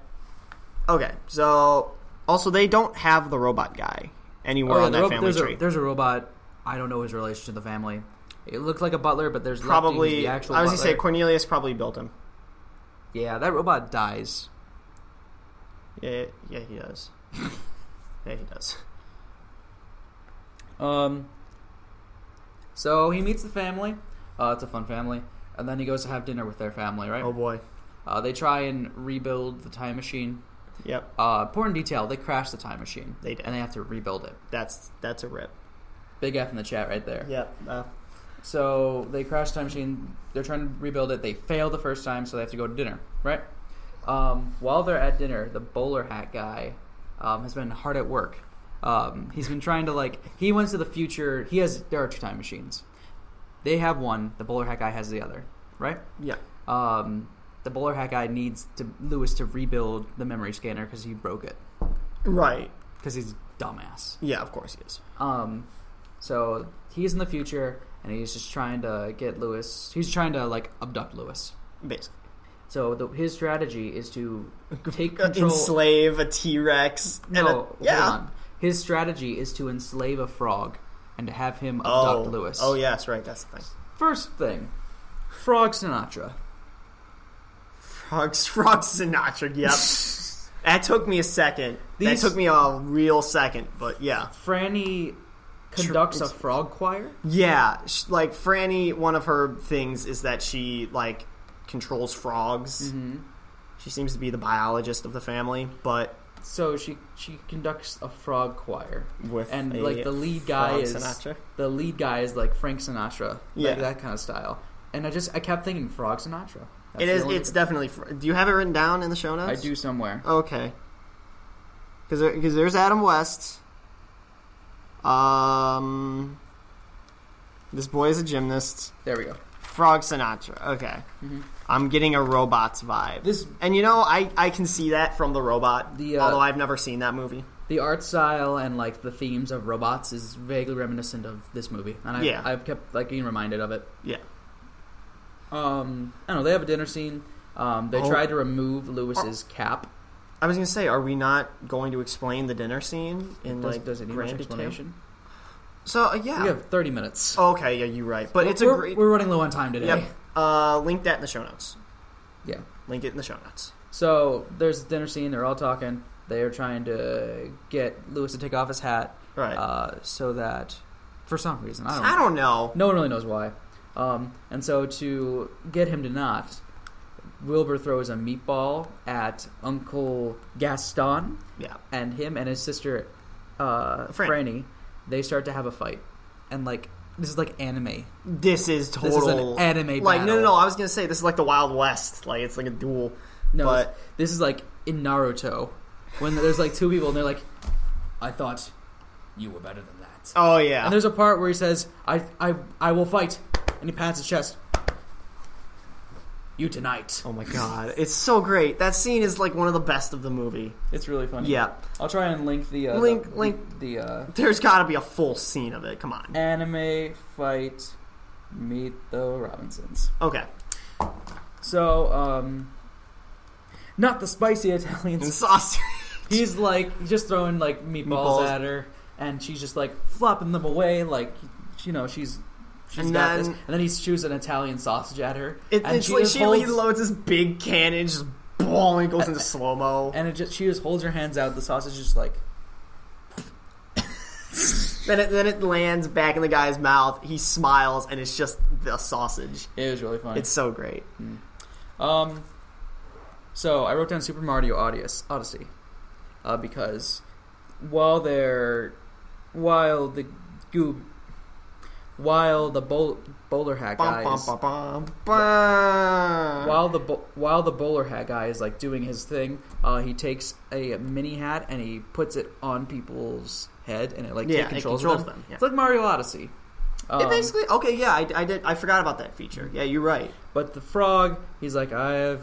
A: okay, so also they don't have the robot guy anywhere
B: Oh, yeah,
A: on
B: the
A: that
B: ro-
A: family
B: there's,
A: tree.
B: A, there's a robot. I don't know his relation to the family. It looked like a butler, but there's Lefty, who's
A: probably
B: the
A: I was
B: actual.
A: gonna say
B: butler.
A: Cornelius probably built him.
B: yeah, that robot dies.
A: Yeah, yeah, he does. yeah, he does.
B: Um, so he meets the family. Uh, it's a fun family, and then he goes to have dinner with their family. Right?
A: Oh boy.
B: Uh, they try and rebuild the time machine.
A: Yep,
B: Uh, important detail: they crash the time machine.
A: They did.
B: and they have to rebuild it.
A: that's that's a rip.
B: Big F in the chat right there.
A: Yep. Uh,
B: So they crash the time machine. They're trying to rebuild it. They fail the first time, so they have to go to dinner, right? Um, while they're at dinner, the bowler hat guy um, has been hard at work. Um, he's been trying to like. He went to the future. He has. There are two time machines. They have one. The bowler hat guy has the other, right?
A: yeah.
B: Um, the bowler hat guy needs to Lewis to rebuild the memory scanner because he broke it
A: Right.
B: because he's dumbass.
A: Yeah, of course he is.
B: Um, so he's in the future, and he's just trying to get Lewis. He's trying to like abduct Lewis.
A: Basically.
B: So the, his strategy is to take control.
A: Enslave a T Rex.
B: no, hold
A: yeah.
B: on. His strategy is to enslave a frog and to have him
A: Oh,
B: abduct Lewis.
A: oh yes, right. That's the thing.
B: First thing, Frog Sinatra.
A: Frogs, Frog Sinatra. Yep. that took me a second.
B: These-
A: That took me a real second, but yeah,
B: Franny conducts a
A: it's-
B: frog choir.
A: yeah. Sh like Franny, one of her things is that she like controls frogs.
B: Mm-hmm.
A: She seems to be the biologist of the family, but
B: So she she conducts a frog choir.
A: with
B: and
A: a
B: like the lead guy
A: Frog
B: is
A: Sinatra.
B: the lead guy is like Frank Sinatra,
A: Yeah.
B: like that kind of style. And I just I kept thinking Frog Sinatra. That's
A: It
B: the
A: is.
B: only-
A: It's definitely. Fr- Do you have it written down in the show
B: I
A: notes?
B: do somewhere.
A: Okay. Because there, 'cause there's Adam West. Um, this boy is a gymnast.
B: There we go.
A: Frog Sinatra. Okay. I'm getting a robots vibe.
B: Mm-hmm. This-
A: and you know, I, I can see that from the robot.
B: The, uh,
A: although I've never seen that movie.
B: The art style and like the themes of robots is vaguely reminiscent of this movie, and I,
A: Yeah.
B: I've kept like being reminded of it.
A: Yeah.
B: Um, I don't know. They have a dinner scene. Um, they
A: Oh.
B: tried to remove Lewis's cap.
A: I was gonna say, are we not going to explain the dinner scene in
B: Does,
A: like
B: does it need much
A: grand
B: explanation?
A: Detail? So uh, yeah.
B: We have thirty minutes.
A: Oh, okay, yeah, you're right. But it's a
B: we're,
A: great.
B: we're running low on time today.
A: Yep. Uh, link that in the show notes.
B: Yeah.
A: Link it in the show notes.
B: So there's a dinner scene. They're all talking. They are trying to get Lewis to take off his hat,
A: Right.
B: uh, so that for some reason I don't.
A: I don't know.
B: No one really knows why. Um, and so to get him to not, Wilbur throws a meatball at Uncle Gaston,
A: Yeah.
B: and him and his sister uh,
A: Fran.
B: Franny, they start to have a fight, and like this is like anime.
A: This is
B: is
A: total
B: an anime
A: Like no, no,
B: battle.
A: no. I was gonna say this is like the Wild West. Like it's like a duel.
B: No,
A: But
B: this is like in Naruto when there's like two people and they're like, "I thought you were better than that."
A: oh yeah,
B: And there's a part where he says, "I, I, I will fight," and he pats his chest. You tonight.
A: Oh my god, it's so great. That scene is like one of the best of the movie.
B: It's really funny.
A: Yeah.
B: I'll try and link the uh,
A: Link-
B: the,
A: link.
B: the uh,
A: There's got to be a full scene of it. Come on.
B: anime fight meet the Robinsons.
A: Okay.
B: So, um, not the spicy
A: And
B: Italians.
A: sausage.
B: He's like just throwing like meatballs,
A: Meatballs.
B: at her, and she's just like flopping them away, like you know she's. She's
A: And
B: got this,
A: then-
B: and then he shoots an Italian sausage at her,
A: It,
B: and
A: it's
B: she
A: like
B: just
A: she
B: holds,
A: loads this big cannon, just boom, and goes into slow mo.
B: and it just she just holds her hands out. The sausage is just like
A: Then it then it lands back in the guy's mouth. He smiles, and it's just the sausage.
B: it was really funny.
A: It's so great.
B: Um, so I wrote down Super Mario Odyssey, Odyssey uh, because while they're while the goob while the bowl, bowler hat
A: Bum,
B: guy
A: bum,
B: is,
A: bum, bum, bum.
B: while the bo- while the bowler hat guy is like doing his thing, uh, he takes a mini hat and he puts it on people's head and it like
A: Yeah,
B: take
A: it
B: controls,
A: controls
B: them.
A: them, yeah.
B: It's like Mario Odyssey.
A: it
B: Um,
A: basically okay. Yeah, I, I did. I forgot about that feature. Yeah, you're right.
B: But the frog, he's like, I have,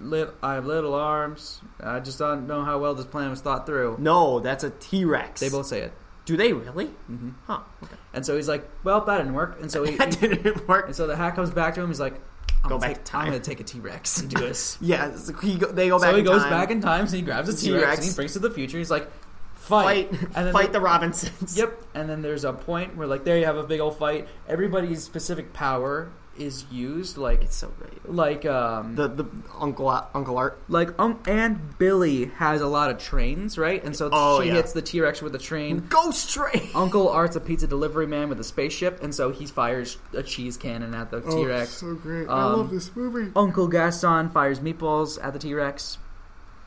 B: lit, I have little arms. I just don't know how well this plan was thought through.
A: No, that's a T Rex.
B: They both say it,
A: do they really? Mm-hmm. Huh. Okay.
B: and so he's like, well, that didn't work. And so he,
A: That
B: he-
A: didn't work.
B: and so the hat comes back to him. He's like, I'm
A: Go
B: gonna
A: back to
B: take-
A: time.
B: I'm gonna take a T Rex and do this.
A: Yeah, it's- he go, they go back.
B: so he
A: in
B: goes
A: time,
B: back in time, and he grabs a T Rex and he
A: T-Rex.
B: brings it to the future. He's like,
A: fight,
B: fight, and then
A: fight
B: they-
A: the Robinsons.
B: Yep. And then there's a point where like there you have a big old fight. Everybody's specific power is used, like
A: it's so great.
B: like um
A: The the Uncle Uncle Art.
B: Like um, and Billy has a lot of trains, right? And so
A: Oh,
B: she
A: yeah.
B: hits the T Rex with a train.
A: Go straight.
B: Uncle Art's a pizza delivery man with a spaceship, and so he fires a cheese cannon at
A: Oh,
B: the T Rex.
A: great.
B: I Um, love
A: this movie.
B: Uncle Gaston fires meatballs at the T Rex.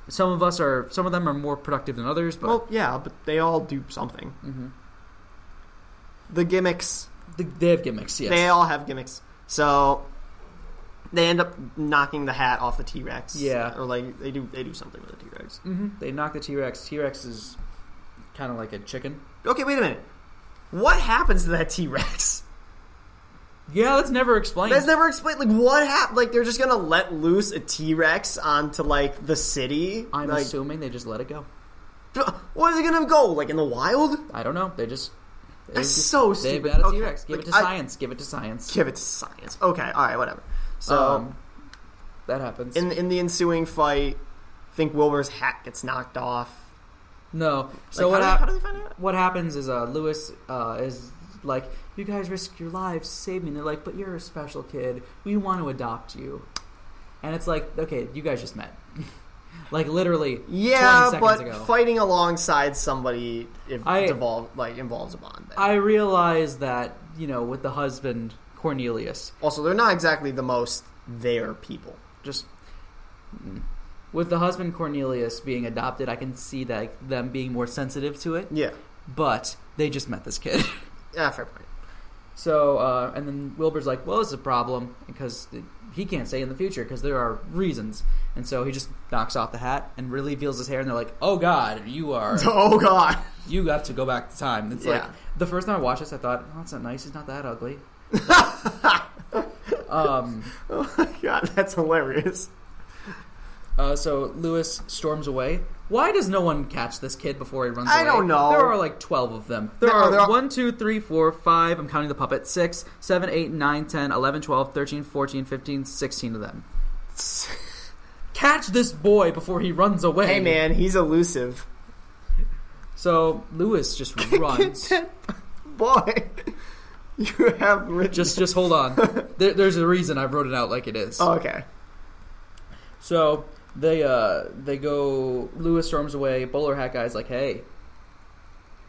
B: Some of us are, some of them are more productive than others, but
A: Well, yeah, but they all do something. The gimmicks.
B: th- they have gimmicks. Yes,
A: They all have gimmicks. So they end up knocking the hat off the T Rex.
B: Yeah.
A: or like they do they do something with the T Rex.
B: hmm they knock the T Rex. T Rex is kind of like a chicken.
A: Okay, wait a minute. What happens to that T Rex?
B: Yeah, that's never explained.
A: That's never explained. Like what happened? Like they're just gonna let loose a T Rex onto like the city.
B: I'm
A: like,
B: assuming they just let it go.
A: Where's it gonna go? Like in the wild?
B: I don't know. They just. they
A: That's
B: just-
A: so
B: They've
A: stupid.
B: got a
A: Okay.
B: T Rex. Give
A: Like,
B: it to
A: I-
B: science. Give it to science.
A: Give it to science. Okay, all right, whatever. So
B: Um, that happens.
A: in in the ensuing fight, I think Wilbur's hat gets knocked off.
B: no. So
A: Like,
B: what
A: how,
B: hap-
A: do, they- how do they find out?
B: what happens is uh, Lewis uh, is like, "You guys risk your lives, save me." And they're like, "But you're a special kid. We want to adopt you." And it's like, okay, you guys just met, like literally. 20
A: Yeah,
B: seconds
A: but
B: ago.
A: fighting alongside somebody if
B: I-
A: devol- like involves a bond. there.
B: I realize that you know with the husband Cornelius,
A: also, they're not exactly the most their people.
B: just mm, with the husband Cornelius being adopted, I can see that them being more sensitive to it.
A: Yeah,
B: But they just met this kid.
A: yeah, fair point.
B: So, uh, and then Wilbur's like, well, it's a problem because he can't say in the future because there are reasons. And so he just knocks off the hat and really reveals his hair, and they're like, oh god, you are,
A: Oh god,
B: you got to go back to time. It's like,
A: Yeah.
B: the first time I watched this, I thought, oh, it's not nice, he's not that ugly. Um,
A: Oh my god, that's hilarious.
B: uh, so Lewis storms away. Why does no one catch this kid before he runs
A: I
B: away?
A: don't know.
B: There are like 12 of them. There
A: No,
B: are
A: there are-
B: one, two, three, four, five. I'm counting the puppet. Six, seven, eight, nine, 10, 11, 12, 13, 14, 15, 16 of them. Catch this boy before he runs away.
A: Hey man, he's elusive.
B: So Lewis just runs.
A: Boy, you have written.
B: just just hold on. There, there's a reason I wrote it out like it is.
A: Oh, okay.
B: So they uh they go Lewis storms away. Bowler hat guy's like, hey,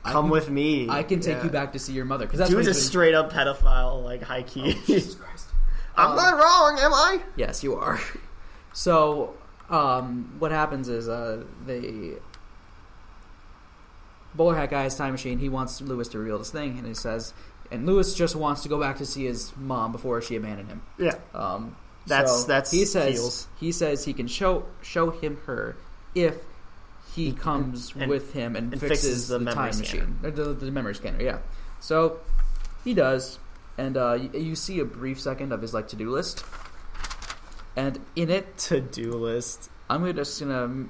B: I
A: Come
B: can-
A: with me.
B: I can take
A: Yeah.
B: you back to see your mother because that's
A: Dude's
B: what
A: a
B: he's been-
A: straight up pedophile, like high key.
B: Jesus Christ.
A: I'm
B: Um,
A: not wrong, am I?
B: Oh, Yes, you are. So um what happens is uh they Bowler hat guy has time machine. He wants Lewis to reveal this thing, and he says, and Lewis just wants to go back to see his mom before she abandoned him.
A: Yeah.
B: Um,
A: That's-
B: so
A: that's
B: he says
A: feels.
B: he says he can show show him her if he comes
A: and-
B: with him and,
A: and
B: fixes,
A: fixes
B: the,
A: the memory
B: time
A: scanner.
B: machine, or the, the memory scanner. Yeah, so he does, and uh, you, you see a brief second of his like to do list, and in it
A: To do list.
B: I'm gonna- just gonna mm,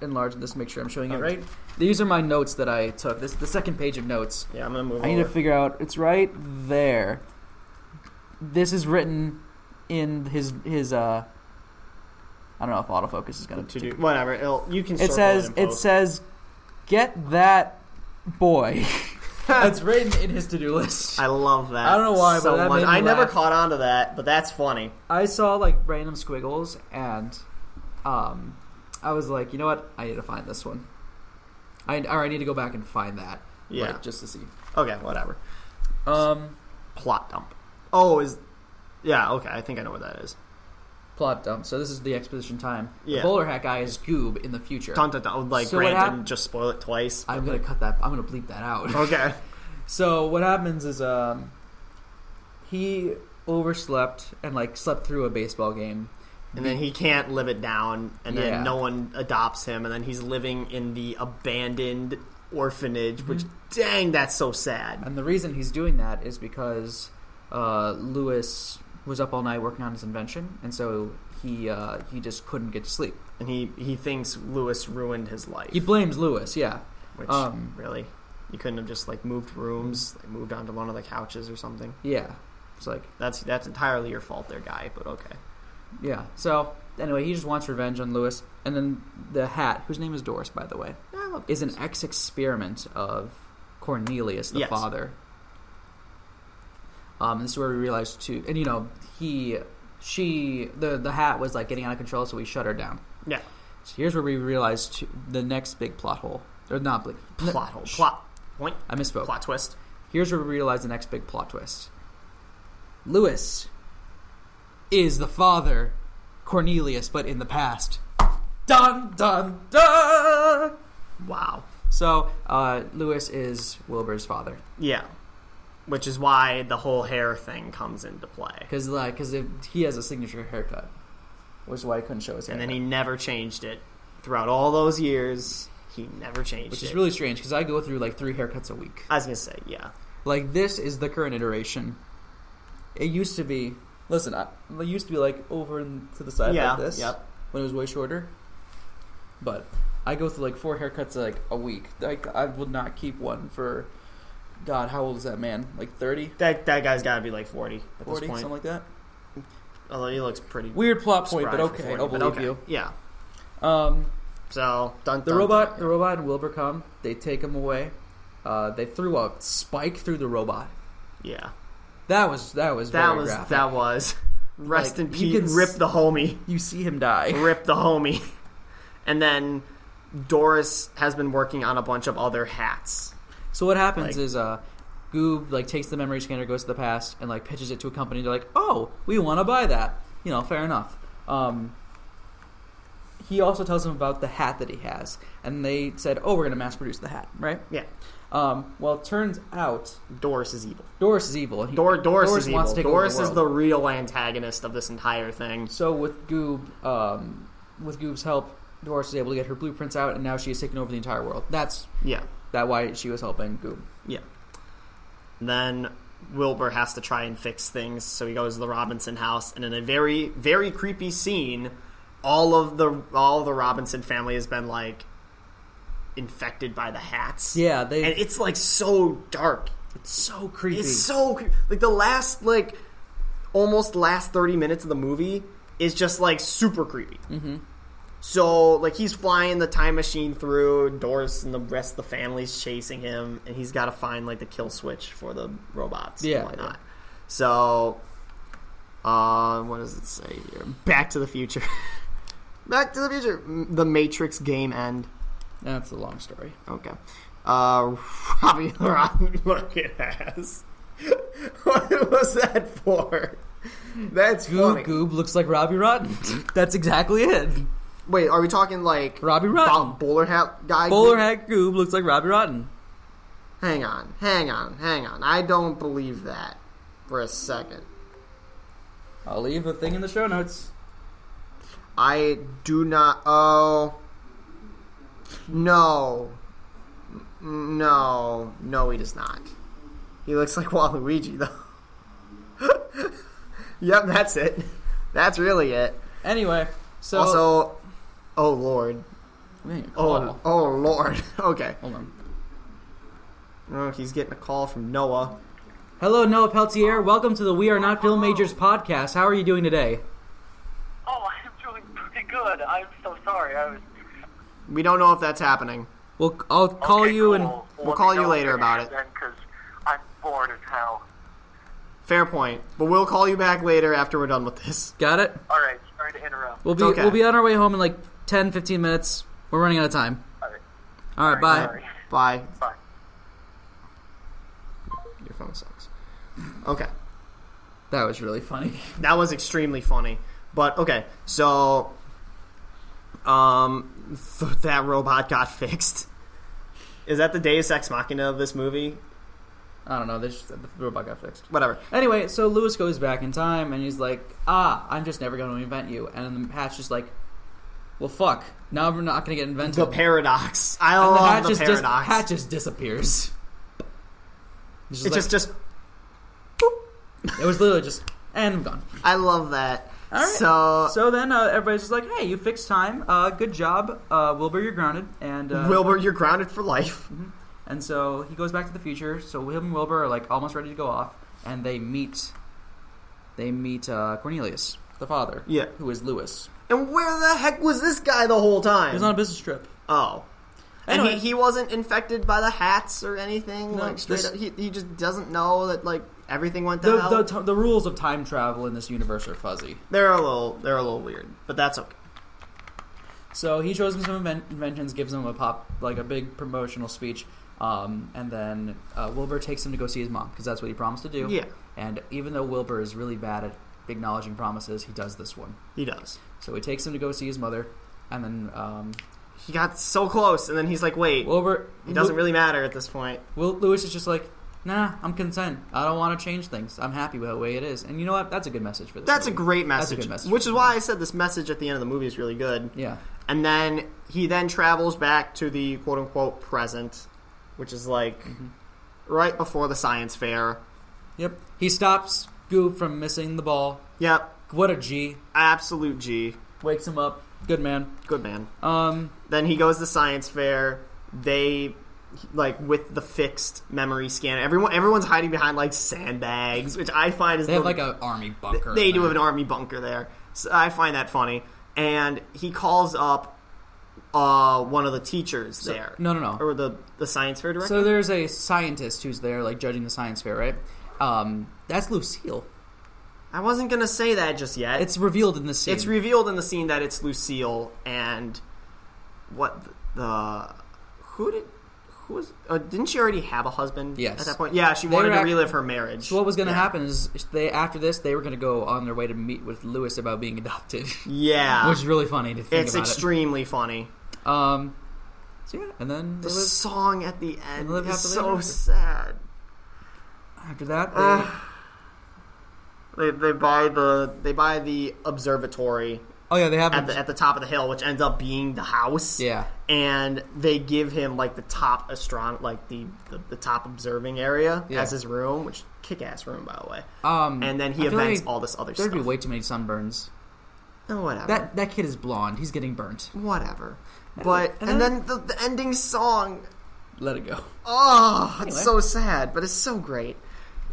B: enlarge this, make sure I'm showing it
A: Okay.
B: right. These are my notes that I took. This the second page of notes.
A: Yeah, I'm gonna move
B: I need to
A: over.
B: figure out. It's right there. This is written in his his. uh I don't know if autofocus is gonna.
A: to
B: do-
A: do whatever. It'll, you can.
B: It
A: circle
B: says
A: and
B: it
A: post.
B: says, get that boy. it's written in his to do list.
A: I love that.
B: I don't know why,
A: so
B: but that
A: much.
B: made me
A: I never
B: laugh.
A: caught on to that, but that's funny.
B: I saw like random squiggles and um I was like, you know what? I need to find this one. I or I need to go back and find that.
A: Yeah.
B: Like, just to see.
A: Okay, whatever.
B: Um
A: Plot dump. Oh, is yeah. Okay, I think I know what that is.
B: plot dump. So this is the exposition time.
A: Yeah.
B: The bowler hat guy is Goob in the future.
A: Dun, dun, dun. Like
B: So what
A: Grant
B: hap-
A: didn't just spoil it twice.
B: I'm gonna cut that I'm gonna bleep that out.
A: Okay.
B: So what happens is um he overslept and like slept through a baseball game.
A: And then he can't live it down, and then
B: Yeah.
A: no one adopts him, and then he's living in the abandoned orphanage. Which,
B: Mm-hmm.
A: dang, that's so sad.
B: And the reason he's doing that is because uh, Lewis was up all night working on his invention, and so he uh, he just couldn't get to sleep.
A: And he he thinks Lewis ruined his life,
B: He blames Lewis, yeah.
A: which
B: um,
A: really, you couldn't have just like moved rooms, like moved onto one of the couches or something.
B: Yeah. It's like,
A: That's that's entirely your fault, there, guy. But okay.
B: yeah. So, anyway, he just wants revenge on Lewis. And then the hat, whose name is Doris, by the way,
A: Yeah, look,
B: is an ex experiment of Cornelius, the
A: Yes.
B: father. Um, this is where we realized, too. And, you know, he, she, the, the hat was like getting out of control, so we shut her down.
A: yeah.
B: So here's where we realize t- the next big plot hole, or not big
A: Plot hole.
B: Shh,
A: Plot point.
B: I misspoke.
A: Plot twist.
B: Here's where we realize the next big plot twist. Lewis is the father, Cornelius, but in the past. Dun dun dun.
A: Wow.
B: So uh, Lewis is Wilbur's father,
A: Yeah. Which is why the whole hair thing comes into play.
B: because like because he has a signature haircut, which is why he couldn't show his hair.
A: And then he never changed it. Throughout all those years, he never changed
B: which
A: it.
B: is really strange because I go through like three haircuts a week.
A: I was going to say, yeah.
B: Like this is the current iteration. It used to be. Listen, I, it used to be like over in- to the side
A: yeah.
B: like this
A: Yep.
B: when it was way shorter. But I go through like four haircuts like a week. Like I would not keep one for. God, how old is that man? Like thirty,
A: That, that guy's got to be like 40 at
B: 40,
A: this point.
B: something like that.
A: Although he looks pretty.
B: Weird plot point,
A: spry
B: but
A: for
B: okay,
A: 40,
B: I'll
A: but
B: believe
A: okay.
B: you.
A: Yeah.
B: Um,
A: So, dun,
B: the
A: dun,
B: robot,
A: dun.
B: the robot and Wilbur come. They take him away. Uh, they threw a spike through the robot.
A: Yeah.
B: That was that was
A: That
B: very
A: was.
B: graphic.
A: That was. Rest
B: Like,
A: in
B: you
A: peace.
B: can s-
A: Rip the homie.
B: you see him die.
A: rip the homie. And then Doris has been working on a bunch of other hats.
B: So what happens
A: Like-
B: is uh Goob like takes the memory scanner, goes to the past, and like pitches it to a company. They're like, "Oh, we want to buy that." You know, fair enough. Um, he also tells them about the hat that he has, and they said, "Oh, we're gonna mass produce the hat, right?"
A: Yeah,
B: Um, well, it turns out
A: Doris is evil.
B: Doris is evil. And he,
A: Dor- Doris, is
B: wants
A: evil.
B: to take
A: Doris
B: over the
A: is
B: world.
A: the real antagonist of this entire thing.
B: So with Goob, um, with Goob's help, Doris is able to get her blueprints out, and now she has taken over the entire world. That's
A: Yeah,
B: that why she was helping Goob.
A: yeah. Then Wilbur has to try and fix things, so he goes to the Robinson house, and in a very, very creepy scene, all of the all the Robinson family has been like infected by the hats.
B: Yeah, they.
A: and it's like so dark.
B: it's so creepy.
A: It's so cre- like the last like almost last thirty minutes of the movie is just like super creepy. Mm-hmm. So like he's flying the time machine through Doris and the rest of the family's chasing him, and he's got to find like the kill switch for the robots.
B: Yeah,
A: and whatnot. So, uh, what does it say here? Back to the Future. Back to the Future. M- The Matrix game end.
B: That's a long story.
A: Okay. Uh, Robbie Rotten looking ass. what was that for? That's
B: Goob
A: funny. Mm-hmm.
B: Goob looks like Robbie Rotten. That's exactly it.
A: Wait, are we talking like
B: Robbie
A: Bob
B: Rotten.
A: Bowler hat guy?
B: Bowler hat Goob looks like Robbie Rotten.
A: Hang on, hang on, hang on. I don't believe that for a second.
B: I'll leave a thing in the show notes.
A: I do not. Oh. No. N- No. No, he does not. He looks like Waluigi, though. yep, that's it. That's really it.
B: Anyway, so
A: also, oh lord.
B: Man,
A: Oh,
B: call.
A: oh lord. okay.
B: hold on.
A: Oh, he's getting a call from Noah.
B: Hello, Noah Peltier. Welcome to the We Are Not Film Majors podcast. How are you doing today?
C: Oh, I'm doing pretty good. I'm so sorry. I was.
A: We don't know if that's happening.
B: Well, I'll call
C: Okay,
B: you
C: cool.
B: and
A: we'll call you later about it.
C: Because I'm bored as hell.
A: Fair point. But we'll call you back later after we're done with this.
B: got it.
C: All right, sorry to interrupt.
B: We'll be
A: okay.
B: we'll be on our way home in like 10, 15 minutes. We're running out of time.
C: All right,
B: All right, bye.
C: sorry.
A: Bye.
C: Bye.
A: Your phone sucks. Okay.
B: That was really funny.
A: that was extremely funny. But okay, so um, th- that robot got fixed. Is that the Deus Ex Machina of this movie?
B: I don't know. They just, the robot got fixed.
A: Whatever.
B: Anyway, so Lewis goes back in time and he's like, "Ah, I'm just never going to invent you." And the hat's just like, "Well, fuck. Now I'm not going to get invented."
A: The paradox. I
B: and the hat
A: love the,
B: just dis-
A: paradox.
B: hat just disappears. It's just
A: it's
B: like-
A: just, just
B: it was literally just and I'm gone.
A: I love that.
B: All right.
A: So,
B: So then uh, everybody's just like, "Hey, you fixed time. Uh, good job, uh, Wilbur. You're grounded." And uh,
A: Wilbur, you're grounded for life.
B: Mm-hmm. and so he goes back to the future. So him and Wilbur are like almost ready to go off, and they meet. They meet uh, Cornelius, the father.
A: Yeah.
B: who is Lewis.
A: And where the heck was this guy the whole time?
B: He was on a business trip.
A: oh. And
B: Anyway.
A: he, he wasn't infected by the hats or anything.
B: No,
A: like straight
B: this-
A: up, he, he just doesn't know that like everything went to
B: The,
A: hell.
B: the, t- the rules of time travel in this universe are fuzzy.
A: they're a little they're a little weird, but that's okay.
B: So he shows him some inven- inventions, gives him a pop, like a big promotional speech, um, and then uh, Wilbur takes him to go see his mom because that's what he promised to do.
A: Yeah.
B: And even though Wilbur is really bad at acknowledging promises, he does this one.
A: He does.
B: So he takes him to go see his mother, and then um,
A: He got so close, and then he's like, "Wait,
B: Wilbur.
A: it doesn't really matter at this point."
B: Will Lewis is just like, nah, I'm content. I don't want to change things. I'm happy with the way it is. And you know what? That's a good message for this.
A: That's a
B: movie.
A: great
B: That's a
A: message,
B: good message.
A: which is why I said this message at the end of the movie is really good.
B: Yeah.
A: And then he then travels back to the quote unquote present, which is like
B: Mm-hmm.
A: right before the science fair.
B: Yep. He stops Goob from missing the ball.
A: Yep,
B: What a G.
A: absolute G,
B: Wakes him up. Good man.
A: good man.
B: Um,
A: Then he goes to the science fair. They like with the fixed memory scan. Everyone everyone's hiding behind like sandbags, which I find is
B: they have
A: the,
B: like an army bunker.
A: They
B: in
A: do have
B: there.
A: an army bunker there. So I find that funny. And he calls up uh, one of the teachers there.
B: no, no, no.
A: Or the, the science fair director?
B: So there's a scientist who's there, like judging the science fair, right? Um, that's Lucille.
A: I wasn't going to say that just yet.
B: It's revealed in the scene.
A: it's revealed in the scene that it's Lucille and what the. Who did. Who was. Uh, didn't she already have a husband
B: Yes.
A: at that point? Yeah, she wanted
B: were
A: to
B: act-
A: relive her marriage.
B: so what was going to
A: yeah.
B: happen is they after this they were going to go on their way to meet with Lewis about being adopted,
A: Yeah.
B: which is really funny to think
A: it's
B: about
A: extremely funny.
B: it. Um, so yeah, and then they
A: The
B: live,
A: song at the end
B: live
A: is so
B: happily ever after.
A: sad.
B: after that they,
A: Ah. They, they buy the they buy the observatory
B: oh yeah they have
A: at
B: an,
A: the at the top of the hill, which ends up being the house.
B: yeah
A: and they give him like the top astron like the, the, the top observing area
B: Yeah.
A: as his room, which kick ass room by the way.
B: Um,
A: and then he
B: I feel
A: invents
B: like
A: all this other
B: There'd
A: stuff.
B: be way too many sunburns.
A: oh, whatever.
B: That that kid is blonde. He's getting burnt.
A: whatever. But and,
D: and then-
A: then the, the ending song.
D: Let it go.
A: Oh, it's
B: Anyway.
A: so sad, but it's so great.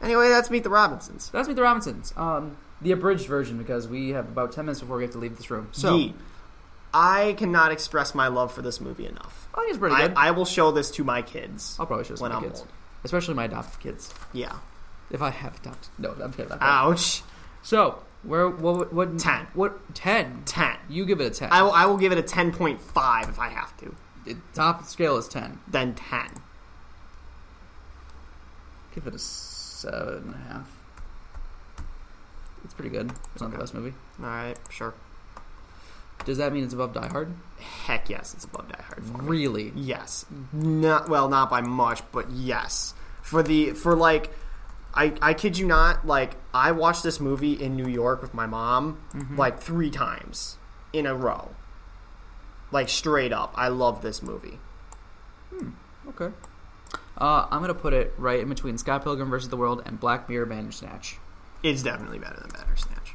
A: Anyway, that's Meet the Robinsons.
B: That's Meet the Robinsons. Um, the abridged version because we have about ten minutes before we have to leave this room. So
A: Yeet. I cannot express my love for this movie enough.
B: I think it's pretty
A: I,
B: good. I,
A: I will show this to my kids.
B: will probably show this to
A: when
B: my
A: I'm
B: kids,
A: old.
B: especially my adopted kids,
A: Yeah.
B: if I have adopted. No, I'm kidding. I'm kidding.
A: Ouch.
B: So where what what
A: 10.
B: what ten?
A: Ten.
B: You give it a ten.
A: I will. I will give it a ten point five if I have to.
B: The top scale is ten.
A: Then ten.
B: Give it a seven and a half. It's pretty good. It's not the
A: Okay.
B: best movie.
A: All right. Sure.
B: Does that mean it's above Die Hard?
A: Heck yes, it's above Die Hard. For me.
B: Really?
A: Yes. Not well, not by much, but yes. For the for like I I kid you not, like I watched this movie in New York with my mom
B: Mm-hmm.
A: like 3 times in a row. Like straight up. I love this movie.
B: Okay. Uh, I'm gonna put it right in between Sky Pilgrim versus the World and Black Mirror Bandersnatch.
A: It's definitely better than Bandersnatch.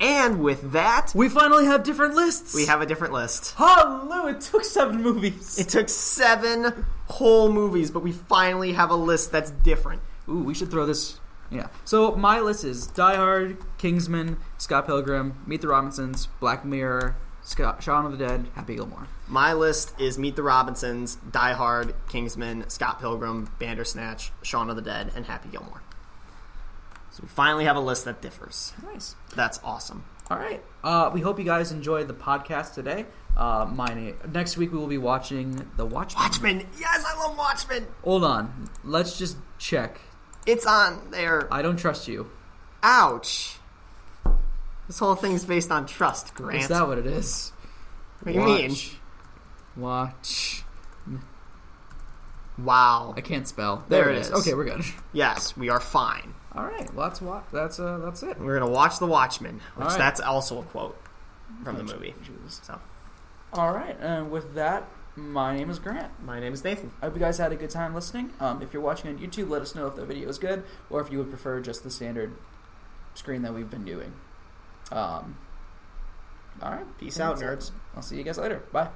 A: And with that,
B: We finally have different lists.
A: we have a different list.
B: Hallelujah! It took seven movies.
A: It took 7 whole movies, but we finally have a list that's different.
B: Ooh, we should throw this. Yeah. So my list is Die Hard, Kingsman, Scott Pilgrim, Meet the Robinsons, Black Mirror, Scott, Shaun of the Dead, Happy Gilmore.
A: My list is Meet the Robinsons, Die Hard, Kingsman, Scott Pilgrim, Bandersnatch, Shaun of the Dead, and Happy Gilmore. So we finally have a list that differs.
B: Nice.
A: That's awesome.
B: All right. Uh, we hope you guys enjoyed the podcast today. Uh, my name, next week we will be watching The Watchmen.
A: Watchmen! Yes, I love Watchmen!
B: Hold on. Let's just check.
A: It's on there.
B: I don't trust you.
A: Ouch. This whole thing is based on trust, Grant.
B: Is that what it is?
A: what do you mean?
B: Watch. Watch.
A: Wow.
B: I can't spell.
A: There it
B: it is.
A: is.
B: Okay, we're good.
A: Yes, we are fine.
B: All right. Well, that's wa- that's uh, that's it.
A: We're gonna watch The Watchmen, which
B: All right.
A: that's also a quote from the movie.
B: Jesus.
A: So,
B: All right, and with that, my name is Grant.
A: my name is Nathan.
B: I hope you guys had a good time listening. Um, if you're watching on YouTube, let us know if the video is good or if you would prefer just the standard screen that we've been doing. Um, all right,
A: Peace out, nerds.
B: I'll see you guys later. Bye.